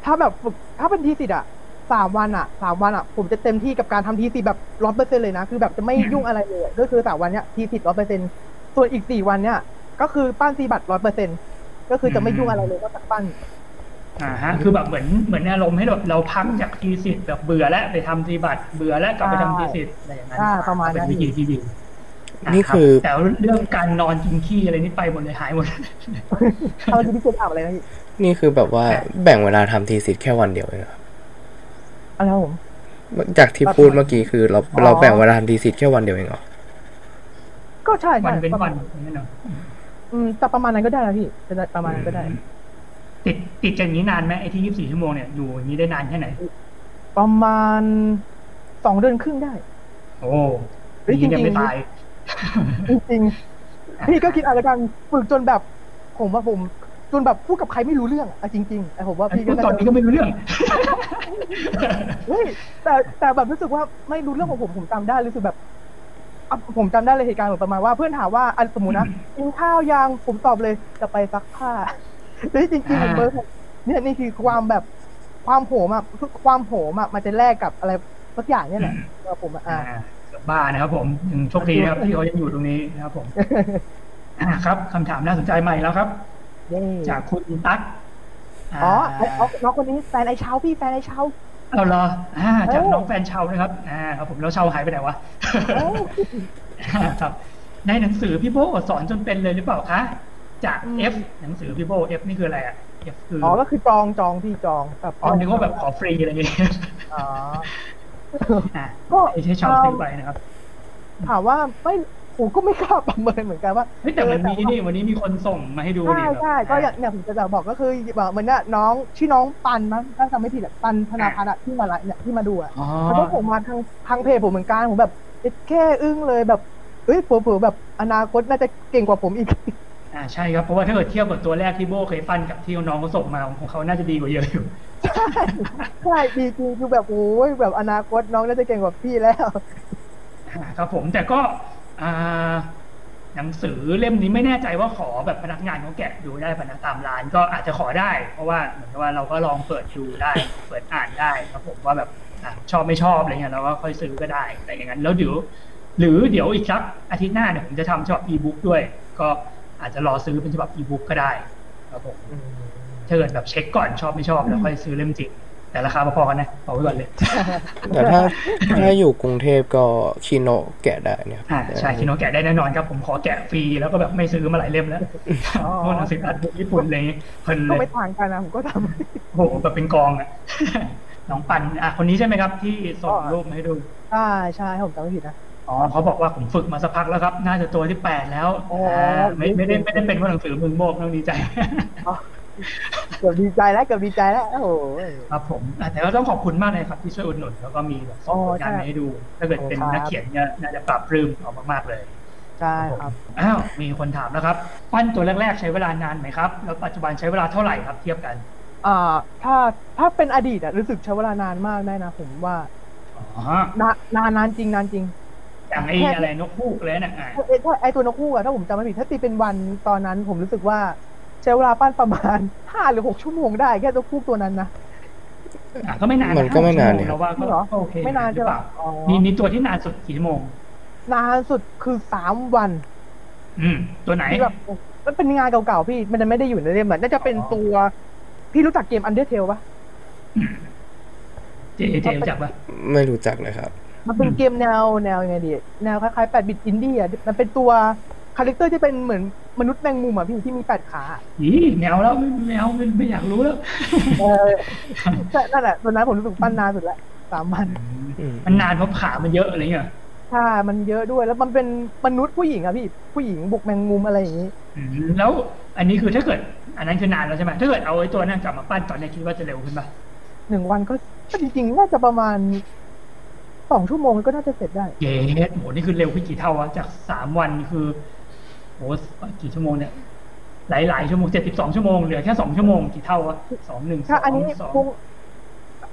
Speaker 2: ถ้าแบบฝึกถ้าเป็นทีสิทธิ์อ่ะสามวันอ่ะสามวันอ่ะ ผมจะเต็มที่กับการทำทีสิทธิ์แบบร้อยเปอร์เซ็นเลยนะ คือแบบจะไม่ยุ่งอะไรเลยก็คือสามวันเนี้ยทีสิทธิ์ร้อยเปอร์เซ็นส่วนอีกสี่วันเนี้ยก็คือปั้นซีบัตร้อยเปอร์เซ็นก็คือจะไม่ยุ่งอะไรเลยก็สักปั้น
Speaker 1: อ่าฮะคือแบบเหมือนเหมือนอารมณ์ให้แบบเราพักจากทีสิทธิ์แบบเบื่อแล้วไปทำทีบัตรเบื่อแล้วกลับไปทำทีสิทธิ์อะไรอย่างนั้น
Speaker 2: ใช่ประมาณนั้น
Speaker 1: เป็นวิธีที่ดี
Speaker 3: นี่คือ
Speaker 1: รับแต่เรื่องการนอนกินขี้อะไรนี่ไปหมดเลยหายหมด
Speaker 2: เอาทีสิทธิ์ถามอะไรนะพี่
Speaker 3: นี่คือแบบว่าแบ่งเวลาทำทีสิทธิ์แค่วันเดียวเองครับ
Speaker 2: อะไรนะผม
Speaker 3: จากที่พูดเมื่อกี้คือเรา
Speaker 2: อ๋อ
Speaker 3: เราแบ่งเวลาทำทีสิทธิ์แค่วันเดียวเองเหรอ
Speaker 2: ก็ใช่
Speaker 1: วั
Speaker 2: ใช่
Speaker 1: นเป็น
Speaker 2: ประ
Speaker 1: วั
Speaker 2: มา
Speaker 1: น
Speaker 2: ณ
Speaker 1: อย่างนั่นเนอะ
Speaker 2: อืมแต่ประมาณนั้นก็ได้นะพี่ประมาณนั้นก็ได้
Speaker 1: ติดติดกันอย่างนี้นานไหมไอ้ที่ 24 ชั่วโมงเนี่ยอยู่อย่างนี้ได้นานแค่ไหน
Speaker 2: ประมาณสองเดือนครึ่งได้
Speaker 1: โอ้
Speaker 2: เฮ้ย
Speaker 1: นี่ยังไม่
Speaker 2: จริง
Speaker 1: ตาย
Speaker 2: ๆจริงๆพี่ก็คิดอะไรกันฝึกจนแบบ ผมว่าผมจนแบบพูดกับใครไม่รู้เรื่องอะจริงๆไอ้ผมว่าพี่
Speaker 1: พู
Speaker 2: ก็
Speaker 1: ดตอน
Speaker 2: น่า
Speaker 1: นี้
Speaker 2: จะ
Speaker 1: ก็ไม่รู้เรื่อง
Speaker 2: เฮ้ยแต่แต่แบบรู้สึกว่าไม่รู้เรื่องของผมผมจำได้รู้สึกแบบ อ่ะผมจำได้เลยเหตุการณ์เหมือนประมาณว่าเพื่อนถามว่าอันสมม ตินะกินข้าวยังผมตอบเลยจะไปซักผ้าแต่ที่จริงๆผมเบอร์ผมเนี่ยนี่คือความแบบความโหมอ่ะความโหมอ่ะมันจะแลกกับอะไรสักอย่างเนี่ยแหละสำหรับผมอ่ะอ่า
Speaker 1: อ่าเกือบบ้านะครับผมยังโชคดีนะครับที่เขายังอยู่ตรงนี้นะครับผมอ่าครับคำถามน่าสนใจใหม่แล้วครับ
Speaker 2: เย้
Speaker 1: จากคุณตั๊ก
Speaker 2: อ๋อา ไอ้เอาน้องคนนี้แฟนไอ้เช้าพี่แฟนไอ้เช้า
Speaker 1: เอาเหรออ่าจาก
Speaker 2: เอ้า
Speaker 1: น้องแฟนชาวนะครับอ่าครับผมแล้วชาวหายไปไหนวะ
Speaker 2: โอ้
Speaker 1: ครับ ในหนังสือพี่โบสอนจนเป็นเลยหรือเปล่าคะ จาก
Speaker 2: อืม
Speaker 1: F หนังสือพี่โบ F นี่คืออะไรอ่ะ F คือ
Speaker 2: อ๋
Speaker 1: อ๋
Speaker 2: อก็คือจองจองพี่จองแบบ
Speaker 1: อนึกว่าแบบขอฟรีอะไรอย่างเงี้ย
Speaker 2: อ๋อ
Speaker 1: อ่ะ
Speaker 2: ก็
Speaker 1: ไม่ใช่ชาวซื้อไปนะครับ
Speaker 2: ถามว่าไม่ผมก็ไม่กล้าประเมินเหมือนกันว่า
Speaker 1: เฮ้ยแต่มันมี
Speaker 2: เออ
Speaker 1: นี่วันนี้มีคนส่งมาให้ดู
Speaker 2: ใช่
Speaker 1: นี่แบบ
Speaker 2: ใช่ก็อย่างเนี่ยผมจะบอกก็คือแบบเหมือนเนี่ยน้องชื่อน้องปันมั้งถ้าจำไม่ผิดอะปันธนาพัฒน์อะที่มาไลฟ์เนี่ยที่มาดูอะ
Speaker 1: อ๋อ
Speaker 2: เขาก็ผมมาทางทางเพจผมเหมือนกันผมแบบเอ็ดแค่อึ้งเลยแบบเอ้ยเผลอๆแบบอนาคตน่าจะเก่งกว่าผมอีก
Speaker 1: อ่าใช่ครับเพราะว่าถ้าเกิดเทียบกับตัวแรกที่โบเคยปั้นกับที่น้องเขาส่งมาของเขาน่าจะดีกว่าเยอะอยู่
Speaker 2: ใช่ดีจริงคือแบบโอ้ยแบบอนาคตน้องน่าจะเก่งกว่าพี่แล้ว
Speaker 1: อ่าครับผมแต่ก็อ่าหนังสือเล่มนี้ไม่แน่ใจว่าขอแบบพนักงานเขาแกะดูได้ปะนะตามร้านก็อาจจะขอได้ เพราะว่าเหมือนกับว่าเราก็ลองเปิดดูได้ เปิดอ่านได้ครับผมว่าแบบอ่ะชอบไม่ชอบอะไรเงี้ยเราก็ค่อยซื้อก็ได้แต่อย่างนั้นแล้วเดี๋ยวหรือเดี๋ยวอีกสักอาทิตย์หน้าเนี่ยผมจะทำฉบับ e-book ด้วย ก็อาจจะรอซื้อเป็นฉบับ e-book ก็ได้ครับผมถ้าเกิดแบบเช็คก่อนชอบไม่ชอบแล้วค่อยซื้อเล่มจริงแต่ราคาพอๆกันนะบอกไว้ก่อนเลย
Speaker 3: แต่ถ้าถ้าอยู่กรุงเทพก็คีโนะแกะได้เนี่ย
Speaker 1: อ่าใช่คิโนแกะได้แน่นอนครับ ผมขอแกะฟรีแล้วก็แบบไม่ซื้อมาหลายเล่มแล้ว
Speaker 2: อ๋อ
Speaker 1: พวกหนังสืออัดญี่ปุ่นอะไรเลยเพลิน
Speaker 2: ก็
Speaker 1: เล
Speaker 2: ไม่
Speaker 1: ย
Speaker 2: ทางกันนะผมก็ทำ
Speaker 1: โอ้โหแบบเป็นกองอ่ะ น้องปันอ่ะคนนี้ใช่ไหมครับ ที่ส่ง
Speaker 2: อ๋อ
Speaker 1: รูปมาให้ดู
Speaker 2: ใช่ใช่ผมจำไม่ผิดนะ
Speaker 1: อ๋อเขาบอกว่าผมฝึกมาสักพักแล้วครับ น่าจะตัวที่แปดแล้ว
Speaker 2: อ๋ออ่
Speaker 1: าไม่ไม่ได้ไม่ได้เป็นว่าหนังสือมึงโบกต้องดีใจ
Speaker 2: เกือบดีใจแล้วเกือบดีใจแล้วโอ้โห
Speaker 1: ครับผมอ่ะแต่ก็ต้องขอบคุณมากเลยครับ ที่ช่วยอุดหนุนแล้วก็มีแบบส่งผลงานมาให้ดู ถ้าเกิดเป็น
Speaker 2: ขอบคุณครับ
Speaker 1: นักเขียนเนี่ยน่าจะปรับปรื้มออกมากๆเลย
Speaker 2: ใช่ครับ
Speaker 1: อ้าว มีคนถามแล้วครับ ปั้นตัวแรก ๆ ใช้เวลานานไหมครับ แล้วปัจจุบันใช้เวลาเท่าไหร่ครับเทียบกัน
Speaker 2: อ่าถ้าถ้าเป็นอดีตอะรู้สึกใช้เวลานานมากได้นะ ผมว่า
Speaker 1: อ๋อฮะ
Speaker 2: นานานนานจริงนานจริง
Speaker 1: อย่างไอ้อะไรนกฮูกเลยนะอ่ะ
Speaker 2: ไอ้ไอตัวนกฮูกอะถ้าผมจำไม่ผิดถ้าตีเป็นวันตอนนั้น ผมรู้สึกว่าใช้เวลาปั้นประมาณ ห้าหรือหกชั่วโมงได้แค่ตัวคูกตัวนั้นนะ
Speaker 1: อ่ะก็ไม่นาน
Speaker 3: มันก็ไม่นานเนี่ย
Speaker 1: เราว่าก็
Speaker 2: เหรอ
Speaker 1: ก็โอเค
Speaker 2: ไม่นาน
Speaker 1: หรื
Speaker 2: ใช่
Speaker 1: อเป
Speaker 2: ปะ
Speaker 1: ล่า
Speaker 2: อ๋อ
Speaker 1: นี่นี่ตัวที่นานสุดกี่ชั่วโมง
Speaker 2: นานสุดคือสามวัน
Speaker 1: อืม ตัวไหน
Speaker 2: ที่แบบมันเป็นงานเก่าๆพี่มันจะไม่ได้อยู่ในเล่มอะน่าจะเป็น
Speaker 1: อ๋อ
Speaker 2: ตัว พี่รู้จักเกมอันเดอร์เทลปะ
Speaker 1: เจเจรู้จักปะ
Speaker 3: ไม่รู้จักเลยครับ
Speaker 2: มันเป็น
Speaker 1: อืม
Speaker 2: เกมแนวแนวยังไงดีแนวคล้ายๆแปดบิตอินดี้อะมันเป็นตัวคาแรคเตอร์ที่เป็นเหมือนมนุษย์แมงมุมอะพี่ที่มีแปดขาอะ
Speaker 1: อีแมวแล้วไม่ไม่เอาไม่ไม่อยากรู้แล้ว
Speaker 2: เออแต่นั่นแหละตอนนั้นผมรู้สึกปั้นนานสุดละสามวัน
Speaker 3: อืม
Speaker 1: มันนานเพราะขามันเยอะอะไรเงี้ย
Speaker 2: ใช่ มันเยอะด้วย แล้วมันเป็นมนุษย์ผู้หญิงอะพี่ ผู้หญิงบุกแมงมุมอะไรอย่างนี้
Speaker 1: อืมแล้ว อันนี้คือถ้าเกิด อันนั้นคือนานแล้วใช่ไหมถ้าเกิดเอาไอ้ตัวนั้นกลับมาปั้นตอนนี้คิดว่าจะเร็วขึ้นปะ
Speaker 2: หนึ่งวันก็ก็จริงๆ น่าจะประมาณสองชั่วโมงก็น่าจะเสร็จได้
Speaker 1: เยสโหนี่คือเร็วขึ้นกี่เท่าวะจากสามวันคือโหกี่ชั่วโมงเนี่ย หลายหลายๆชั่วโมงเจ็ดสิบสองชั่วโมงเหลือแค่สองชั่วโมงกี่เท่าวะสองหนึ่งสอ
Speaker 2: ถ้าง อันนี้
Speaker 1: สอง
Speaker 2: วง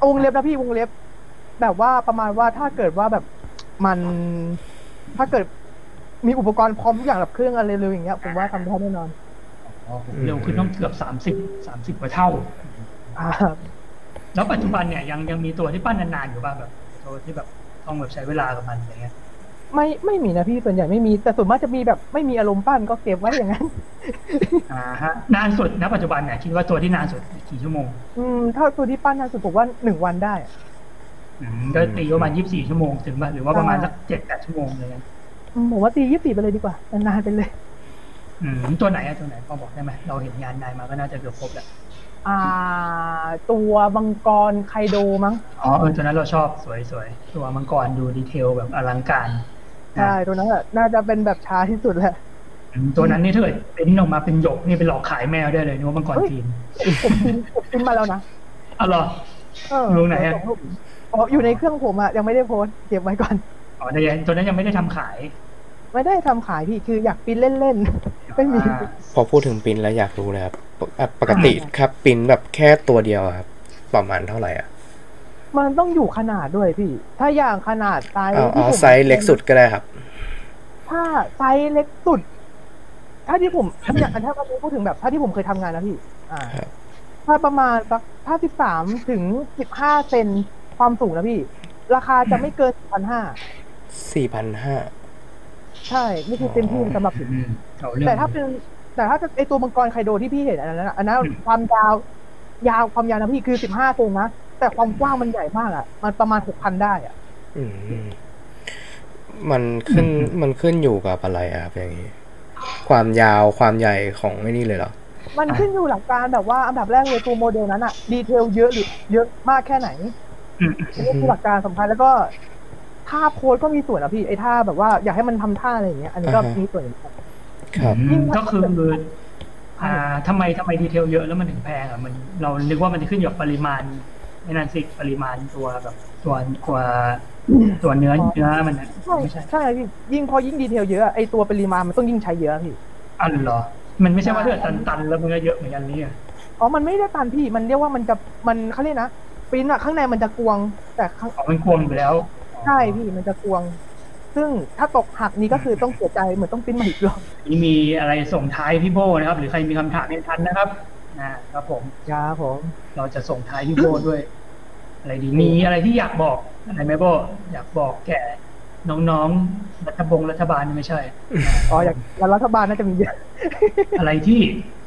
Speaker 2: วงเล็บนะพี่วงเล็บ แบบว่าประมาณว่าถ้าเกิดว่าแบบมัน ถ้าเกิดมีอุปกรณ์พร้อมทุกอย่างแบบเครื่องอะไรเลยอย่างเงี้ย ผมว่าทำได้แน่นอน
Speaker 1: อ๋อผม
Speaker 3: อืม
Speaker 1: เร็วขึ้นต้องเกือบสามสิบสามสิบกว่าเท่า
Speaker 2: อ่า
Speaker 1: แล้วปัจจุบันเนี่ยยังยังมีตัวที่ปั้นนานๆอยู่บ้างแบบตัวที่แบบต้องแบบใช้เวลากับมันอะไรเงี้ย
Speaker 2: ไม่ไม่มีนะพี่ส่วนใหญ่ไม่มี แต่ส่วนมากจะมีแบบไม่มีอารมณ์ปั้นก็เก็บไว้อย่างนั้น
Speaker 1: อ่าฮะนานสุดนะปัจจุบันเนี่ยคิดว่าตัวที่นานสุดกี่ชั่วโมง
Speaker 2: อืมถ้าตัวที่ปั้นนานสุดผมว่าหนึ่งวันได้
Speaker 1: อืมก็ตีประมาณยี่สิบสี่ชั่วโมงถึงป่ะหรือว่าประมาณสักเจ็ดแปดชั่วโมงอะไรเงี้ย
Speaker 2: อืมผมว่าตียี่สิบไปเลยดีกว่านานๆไปเลย
Speaker 1: อืมตัวไหนอะตัวไหนพอบอกได้ไหมเราเห็นงานนายมาก็น่าจะเกือบครบแล้ว
Speaker 2: อ่า ตัวบังกรไคโดมั้ง
Speaker 1: อ๋อเออตัวนั้นเราชอบสวยสวยตัวมังกรดูดีเทลแบบอลังการนะ
Speaker 2: ใช่ตัวนั้นอะน่าจะเป็นแบบช้าที่สุดแหละ
Speaker 1: อืมตัวนั้นนี่ถ้าเกิดเป็นออกมาเป็นหยกนี่เป็นหลอกขายแมวได้เลยนึกว่ามังกร
Speaker 2: เฮ้ย
Speaker 1: จีน
Speaker 2: ผมพิมพ์ผมพิมพ์มาแล้วนะ
Speaker 1: อ๋อเหรอ
Speaker 2: เออ
Speaker 1: ลงไหนอะ
Speaker 2: ส่รูปอ๋ออยู่ในเครื่องผมอะยังไม่ได้โพสต์เก็บไว้ก่อน
Speaker 1: อ๋อแต่ยังตัวนั้นยังไม่ได้ทำขาย
Speaker 2: ไม่ได้ทำขายพี่คืออยากปิ้นเล่นๆ ไม่มี
Speaker 1: อ่า
Speaker 3: พอพูดถึงปริ้นแล้วอยากรู้เลยครับปกอ่ะปกติครับปริ้นแบบแค่ตัวเดียวอะครับประมาณเท่าไหร่อ่ะ
Speaker 2: มันต้องอยู่ขนาดด้วยพี่ ถ้าอย่างขนาดไซส์
Speaker 3: เอา
Speaker 2: ที่
Speaker 3: เอา
Speaker 2: ผม
Speaker 3: ไซส์เล็กสุดก็ได้ครับ
Speaker 2: ถ้าไซส์เล็กสุด ถ้าที่ผมอย่างถ้าเราพูดถึงแบบถ้าที่ผมเคยทำงานนะพี่ อ่า
Speaker 3: ครับ
Speaker 2: ถ้าประมาณสักถ้าสิบสามถึงสิบห้าเซนความสูงนะพี่ ราคาจะไม่เกินพันห้า
Speaker 3: สี่พันห้า
Speaker 2: ใช่นี่คือเต็มที่สำหรับผม
Speaker 1: อืมเอาเรื่อง
Speaker 2: แต่ถ้าเป็นแต่ถ้าไอตัวมังกรไคโดที่พี่เห็นอันนั้นอะอันนั้นความยาวยาวความยาวนะพี่คือสิบห้าเซนนะ แต่ความกว้างมันใหญ่มากอะมันประมาณหกพันได้อะ
Speaker 3: อืมมันขึ้นมันขึ้นอยู่กับอะไรอะครับอย่างนี้ ความยาวความใหญ่ของไอ้นี่เลยเหรอ
Speaker 2: มันขึ้นอยู่หลักการแบบว่าอันดับแรกเลยตัวโมเดลนั้นอะดีเทลเยอะหรือเยอะมากแค่ไหน
Speaker 1: อืม
Speaker 2: อันนี่คือหลักการสำคัญแล้วก็ท่าโพสก็มีส่วนนะพี่ไอท่าแบบว่าอยากให้มันทำท่าอะไรอย่างเงี้ยอันนี้ก็มีส่วน
Speaker 3: ครับ
Speaker 1: อืมก็คือ อ่าทำไมทำไมดีเทลเยอะแล้วมันถึงแพงอ่ะมันเรานึกว่ามันจะขึ้นอยู่กับปริมาณไอ้นั่นสิปริมาณตัวแบบตัวตัวตัวเนื้อเนื้อมันนะ
Speaker 2: ใช่
Speaker 1: ไม่ใช่
Speaker 2: ใช่พี่ยิ่งพอยิ่งดีเทลเยอะอะไอตัวปริมาณมันต้องยิ่งใช้เยอะพี่
Speaker 1: อันเหรอ มันไม่ใช่ว่าเลือดตันๆแล้วมันก็เยอะเหมือนกันนี่อ่ะ
Speaker 2: อ๋อ มันไม่ได้ตันพี่ มันเรียกว่ามันจะ มันเขาเรียกนะปริ้นอะข้างในมันจะกวง แต่ข้าง
Speaker 1: อ๋อมันกลวมอยู่แล้ว
Speaker 2: ใช่พี่ มันจะกวง ซึ่งถ้าตกหักนี่ก็คือต้องเสียใจ เหมือนต้องปริ้นใหม่อีกรอบ
Speaker 1: นี่มีอะไรส่งท้ายพี่โบนะครับ หรือใครมีคำถามในทันนะครับนะครับผม
Speaker 2: ยาผม
Speaker 1: เราจะส่งท้ายพี่โบด้วย อะไรดี มีอะไรที่อยากบอกอะไรไหมโบอยากบอกแก่น้องๆรัฐบงรัฐบาลไม่ใช่
Speaker 2: อ๋อ อยากแล้วรัฐบาลน่าจะมีเยอะ
Speaker 1: อะไรที่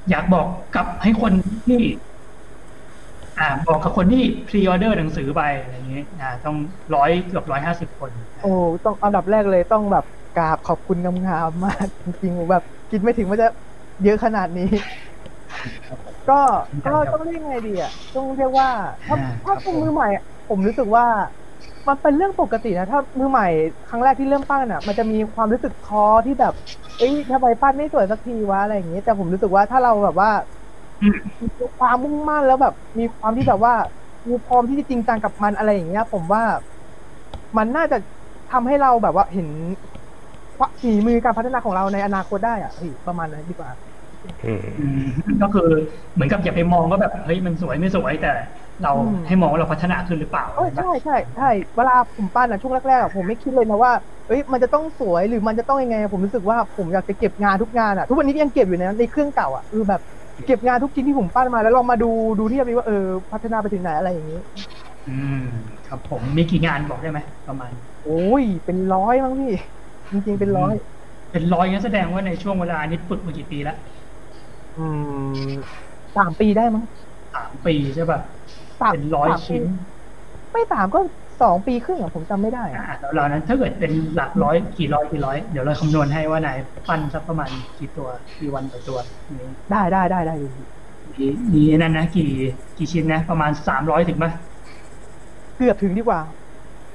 Speaker 1: อยากบอกกับให้คนที่ อ่าบอกกับคนที่พรีออเดอร์หนังสือไปอะไรอย่างเงี้ยอ่า ต้องร้อยเกือบร้อยห้าสิบคน
Speaker 2: โอ้ ต้องอันดับแรกเลยต้องแบบกราบขอบคุณงามๆมาก จริงๆแบบคิดไม่ถึงว่าจะเยอะขนาดนี้ ก็ก็ต้องเรียกไงดีอ่ะต้องเรียกว่า ถ้าถ้าเป็นมือใหม่อะผมรู้สึกว่า มันเป็นเรื่องปกตินะถ้ามือใหม่ครั้งแรกที่เริ่มปั้นอ่ะ มันจะมีความรู้สึกท้อที่แบบ เอ้ยทำไมปั้นไม่สวยสักทีวะอะไรอย่างเงี้ยแต่ผมรู้สึกว่าถ้าเราแบบว่า มีความมุ่งมั่นแล้วแบบ มีความที่แบบว่ามีพร้อมที่จะจริงจังกับมันอะไรอย่างเงี้ย ผมว่า มันน่าจะทำให้เราแบบว่าเห็นความฝีมือการพัฒนาของเราในอนาคตได้อ่ะพี่ประมาณนั้นดีกว่า
Speaker 3: อืม
Speaker 1: อืมก็คือเหมือนกับอย่าไปมองว่าแบบเฮ้ยมันสวยไม่สวยแต่ เรา
Speaker 2: อืม
Speaker 1: ให้มองว่าเราพัฒนาขึ้นหรือเปล่า
Speaker 2: เอ้ยใช่ใช่ใช่เวลาผมปั้นอะช่วงแรกๆอะผมไม่คิดเลยนะว่าเอ้ยมันจะต้องสวยหรือมันจะต้องยังไง ผมรู้สึกว่าผมอยากจะเก็บงานทุกงานอะทุกวันนี้ก็ยังเก็บอยู่นะในเครื่องเก่าอะคือแบบเก็บงานทุกชิ้นที่ผมปั้นมาแล้วลองมาดูดูเทียบดีว่าเออพัฒนาไปถึงไหนอะไรอย่างนี้
Speaker 1: อืม ครับ ผมมีกี่งานบอกได้ไหมประมาณ
Speaker 2: โอ้ยเป็นร้อยมั้งพี่จริงๆเป็นร้อย
Speaker 1: เป็นร้อยงั้นแสดงว่าในช่วงเวลานี้ฝึกมากี่ปีละ
Speaker 2: อืมสามปีได้มั้ง
Speaker 1: สามปีใช่ป่ะ
Speaker 2: สาม
Speaker 1: เป็นร้อย
Speaker 2: สาม
Speaker 1: ชิ้น
Speaker 2: ปีไม่สามก็สองปีครึ่งอะผมจำไม่ได้อะ
Speaker 1: อ่าแล้วเรานั้นถ้าเกิดเป็นหลักร้อยกี่ร้อยกี่ร้อย เดี๋ยวเราคำนวณให้ว่านายปั้นสักประมาณกี่ตัวกี่วันต่อตัวมี
Speaker 2: ได้ได้ได้ได้อยู่
Speaker 1: มีมีนั่นนะกี่กี่ชิ้นนะ ประมาณสามร้อยถึงป่ะ
Speaker 2: เกือบถึงดีกว่า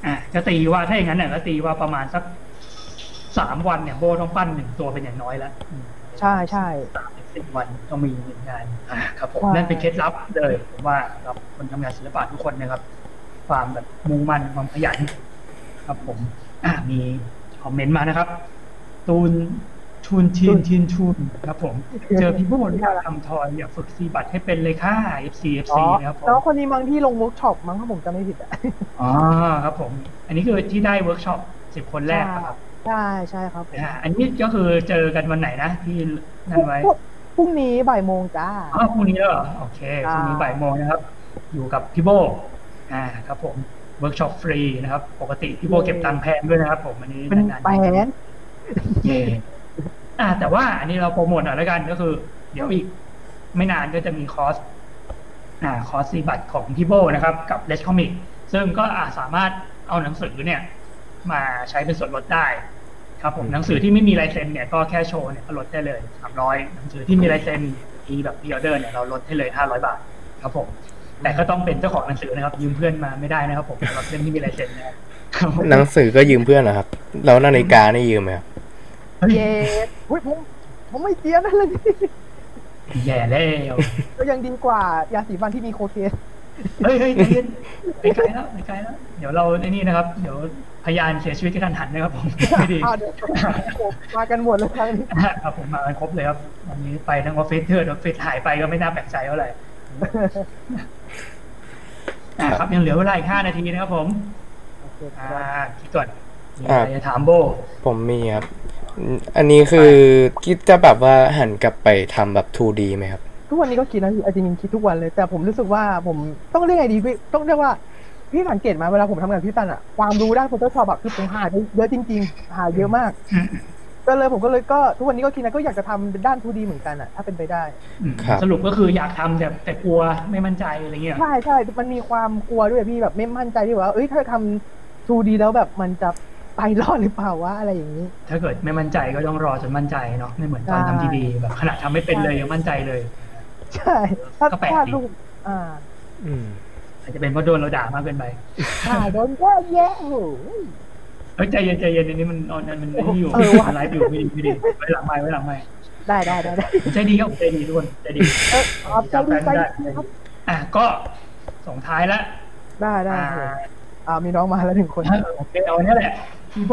Speaker 1: อ่าก็ตีว่าถ้าอย่างนั้นเนี่ยก็ตีว่าประมาณสักสามวันเนี่ยโบต้องปั้นหนึ่งตัวเป็นอย่างน้อยแล้วอืม
Speaker 2: ใช่ใช่
Speaker 1: สามถึงสิบวันต้องมีหนึ่งงานอ่าครับผม
Speaker 2: ใช่
Speaker 1: นั่นเป็นเคล็ดลับเลยผมว่าเราคนทำงานศิลปะทุกคนนะครับ ความแบบมุ่งมั่นความขยัน ครับผม อ่ะมีคอมเมนต์มานะครับ ตูนทูนทีนทีนทูนครับผม เจอพี่ผู้บริหารทำทอยอยากฝึกซีบัตรให้เป็นเลยค่ะ FC FC
Speaker 2: อ๋อ
Speaker 1: นะครับผ
Speaker 2: น้อง
Speaker 1: ม
Speaker 2: คนนี้มั้งที่ลงเวิร์กช็อปมั้งถ้าผมจำไม่ผิดอะ
Speaker 1: อ๋อครับผม อันนี้คือที่ได้เวิร์กช็อปสิบคนแรกครับ
Speaker 2: ใช่ใช่ครับผม
Speaker 1: อ่าอันนี้ก็คือเจอกันวันไหนนะที่นั่นไว้
Speaker 2: พรุ่งนี้บ่ายโมงจ้า
Speaker 1: อ๋อพรุ่งนี้แล้วเหรอโอเค
Speaker 2: ครั
Speaker 1: พรุ่
Speaker 2: บ
Speaker 1: งนี้บ่ายโมงนะครับ อยู่กับพี่โบอ่าครับผมเวิร์กช็อปฟรีนะครับ ปกติพี่โบเก็บตังค์แพงด้วยนะครับ ผมอันนี้
Speaker 2: เป็น
Speaker 1: นานๆ
Speaker 2: แปน
Speaker 1: เย่อ่ะแต่ว่าอันนี้เราโปรโมทหน่อยแล้วกันก็คือ เดี๋ยวอีกไม่นานก็จะมีคอร์สอ่าคอร์สซีบัตของพี่โบนะครับ กับเลชคอมิกซึ่งก็อาสามารถเอาหนังสือเนี่ย มาใช้เป็นส่วนลดได้ ครับผม
Speaker 3: อืม
Speaker 1: หนังสือที่ไม่มีลายเซ็นเนี่ยก็แค่โชว์เนี่ยก็ลดได้เลยสามร้อยหนังสือที่มีลายเซ็นมีแบบพรีออเดอร์เนี่ยเราลดให้เลยห้าร้อยบาท ครับผม แต่ก็ต้องเป็นเจ้าของหนังสือนะครับ ยืมเพื่อนมาไม่ได้นะครับผมสำ หรับเล่มที่มีลายเซ็นนะครับ
Speaker 3: หนังสือก็ยืมเพื่อนนะครับ แล้วนาฬิกานี่ยืมไหมครับ
Speaker 1: เฮ้ย
Speaker 2: เย้อุ้ยผมผมไม่เจียนั่นเลย
Speaker 1: แย่แล้ว
Speaker 2: ก็ยังดีกว่ายาสีฟันที่มีโคเคน
Speaker 1: เฮ้ยเฮ้ยใจเย็นไปไกลแล้วไปไกลแล้ว เดี๋ยวเราไอ้นี่นะครับ เดี๋ยวพยานเสียชีวิตกระทันหันนะครับผม ไม่ดี
Speaker 2: อ่าเดี๋ยวผมมากันหมดเลยครั้งนี้
Speaker 1: ครับผมมากันครบเลยครับวันนี้ไปทั้งออฟฟิศเถอะออฟฟิศหายไปก็ไม่น่าแปลกใจเท่าไห ร่อ่ะครับยังเหลือเวลาอีกห้านาทีนะครับผม
Speaker 2: โอเคค
Speaker 1: อ่า
Speaker 2: รับ
Speaker 1: คิดก่อน มีอะไรจะถามโบ
Speaker 3: ผมมีครับอืมอันนี้คือคิดจะแบบว่าหันกลับไปทำแบบ 2D ไหมครับ
Speaker 2: ทุกวันนี้ก็คิดนะพี่เอาจริงๆคิดทุกวันเลย แต่ผมรู้สึกว่าผมต้องเรียกไงดีพี่ต้องเรียกว่าพี่สังเกตไหมาเวลาผมทำงานกับพี่ตันอะความรู้ด้าน Photoshop อะคือผมหาได้เยอะจริง ๆ หาเยอะมาก
Speaker 1: อืม
Speaker 2: ก็เลยผมก็เลยก็ทุกวันนี้ก็คิดนะก็อยากจะทำด้าน 2D เหมือนกันอะถ้าเป็นไปได้
Speaker 1: อืม
Speaker 3: ครับ
Speaker 1: สรุปก็คืออยากทำแต่แต่กลัวไม่มั่นใจอะไรเงี้ย
Speaker 2: ใช่ใช่ มันมีความกลัวด้วยพี่แบบไม่มั่นใจที่ว่า เอ้ยถ้าทำ 2D แล้วแบบมันจะไปรอดหรือเปล่าวะอะไรอย่างนี้
Speaker 1: ถ้าเกิดไม่มั่นใจก็ต้องรอจนมั่นใจเนาะไม่เหมือนตอนทำทีดีแบบขนาดทำไม่เป็นเลยยังมั่นใจเลย
Speaker 2: ใช่ถ้า
Speaker 1: ก็แปลก
Speaker 2: พลาด
Speaker 1: ดี
Speaker 2: ลูกอ่า
Speaker 3: อืม
Speaker 1: อาจจะเป็นเพราะโดนเราด่ามากเกินไป
Speaker 2: ใช่โดนก็แย่โอ้โห
Speaker 1: เฮ้ยใจเย็นใจเย็นอันนี้มันออนอันมันไม่อยู่
Speaker 2: เออว่ะ
Speaker 1: ไลฟ์อยู่ไม่ดีไม่ดีไว้หลังไม่ไว้หลังไม่
Speaker 2: ได้ได้ได้ได้
Speaker 1: ใจดีครับผมใจดีทุกคนใจดี
Speaker 2: เออขอบใจดีใจดีครับ
Speaker 1: อ่ะก็ส่งท้ายละ
Speaker 2: ได้ได้
Speaker 1: อ่า
Speaker 2: โอ้โหอ่ามีน้องมาแล้วหนึ่ง คน
Speaker 1: โอเคเอาเนี้ยแหละพี่โบ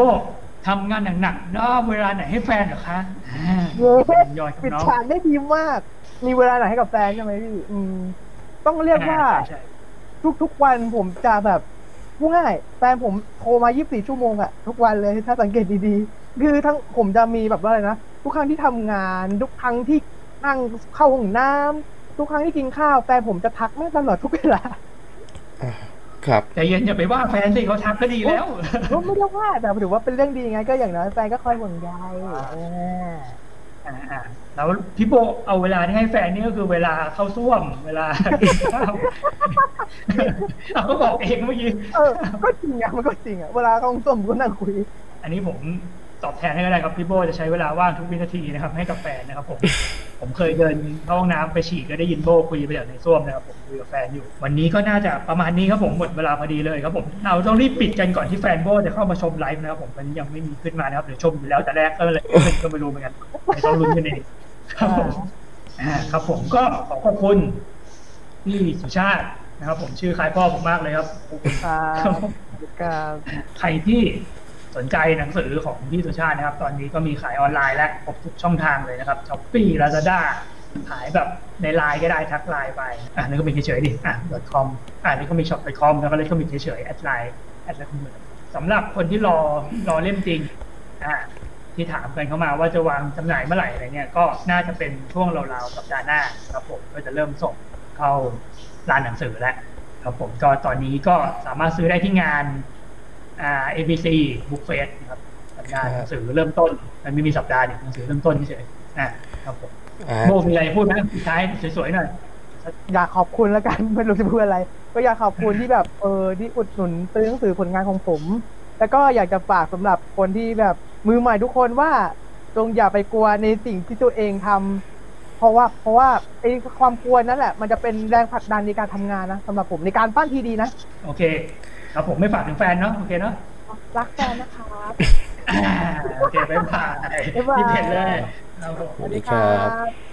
Speaker 1: ทำงานหนักๆแล้วเอาเวลาไหนให้แฟนเหรอคะอ่า
Speaker 2: เย้
Speaker 1: ยอดครับ
Speaker 2: ปิด
Speaker 1: น้อง
Speaker 2: ฉากได้ดีมาก มีเวลาไหนให้กับแฟนใช่ไหมพี่อืมต้องเรียกว่า
Speaker 1: อ่ใช่
Speaker 2: ทุกทุกๆวันผมจะแบบพูดง่ายแฟนผมโทรมา 24 ชั่วโมงอะทุกวันเลยถ้าสังเกตดีๆ คือทั้งผมจะมีแบบว่าอะไรนะทุกครั้งที่ทำงาน ทุกครั้งที่นั่งเข้าห้องน้ำทุกครั้งที่กินข้าวแฟนผมจะทักแม่ตลอดทุกเวลา
Speaker 3: ครับ
Speaker 1: ใจเย็นอย่าไปว่าแฟนสิเขาทักก็ดีแล้ว
Speaker 2: ก็ไม่ได้ว่าแต่ถือว่าเป็นเรื่องดีไงก็อย่างน้อยแฟนก็คอยห่วงใยเออ
Speaker 1: อ่าๆแล้วพี่โบเอาเวลาที่ให้แฟนนี่ก็คือเวลาเข้าส้วมเวลา เรา ก็บอกเองเมื่อกี้
Speaker 2: เออก็จริงอะมันก็จริงอะเวลาเขาส้มก็นั่งคุย
Speaker 1: อันนี้ผมตอบแทนให้ก็ได้ครับพี่โบจะใช้เวลาว่างทุกวินาทีนะครับ ให้กับแฟนนะครับ ผม ผมเคยเดินเข้าห้องน้ำไปฉี่ก็ได้ยินโบคุยไปจากในส้วมนะครับผมคุยกับแฟนอยู่ วันนี้ก็น่าจะประมาณนี้ครับผมหมดเวลาพอดีเลยครับผมเราต้องรีบปิดกันก่อนที่แฟนโบจะเข้ามาชมไลฟ์นะครับผมมันยังไม่มีขึ้นมานะครับเดี๋ยวชมอยู่แล้วแต่แรกก็เลยก็ไม่รู้เหมือนกันไม่ต้องลุ้นกันเองครับผม อ่าครับผมก็ขอขอบคุณพี่สุชาตินะครับ ผมชื่อคล้ายพ่อผมมากเลยครับขอบคุณ
Speaker 2: ครั
Speaker 1: ครับ บผม
Speaker 2: ครับ
Speaker 1: ใครที่สนใจหนังสือของพี่สุชาตินะครับ ตอนนี้ก็มีขายออนไลน์และครบทุกช่องทางเลยนะครับช้อปปี้ลาซาด้าขายแบบในไลน์ก็ได้ทักไลน์ไปอ่ะนี่ก็มีเฉยๆดิอ่ะ .com อ่ะนี่ก็มีช็อป .com แล้วก็เลยก็มีเฉยๆแอดไลน์แอดไลน์คุณเหมือนสำหรับคนที่รอรอเล่มจริงอ่ะ ที่ถามกันเข้ามาว่าจะวางจำหน่ายเมื่อไหร่อะไรเนี่ยก็น่าจะเป็นช่วงราวๆสัปดาห์หน้าครับผมก็จะเริ่มส่งเข้าร้านหนังสือแล้วครับผมก็ตอนนี้ก็สามารถซื้อได้ที่งานอ่า ABC Book Fest นะครับสัปดาห์หนังสือเริ่มต้น มันไม่มีสัปดาห์เนี่ยหนังสือเริ่มต้นเฉยๆนะครับผม
Speaker 3: อ่า
Speaker 1: โบมีอะไรพูดไหมสุดท้ายสวยๆหน่อย
Speaker 2: อยากขอบคุณแล้วกัน ไม่รู้จะพูดอะไร ก็อยากขอบคุณที่แบบเออที่อุดหนุนซื้อหนังสือผลงานของผม แล้วก็อยากจะฝากสำหรับคนที่แบบมือใหม่ทุกคนว่าจงอย่าไปกลัวในสิ่งที่ตัวเองทำเพราะว่าเพราะว่าไอ้ความกลัวนั่นแหละ มันจะเป็นแรงผลักดันในการทำงานนะสำหรับผมในการปั้นทีดีนะ
Speaker 1: โอเค ครับผมไม่ฝากถึงแฟนเนาะโอเคเนาะ
Speaker 2: รักแฟนนะครับ
Speaker 1: อ่าโอเคไปผ่าน
Speaker 2: บ๊ายบาย
Speaker 1: ที่เพจเลยครับผม
Speaker 3: สวัสดีครับ
Speaker 2: บ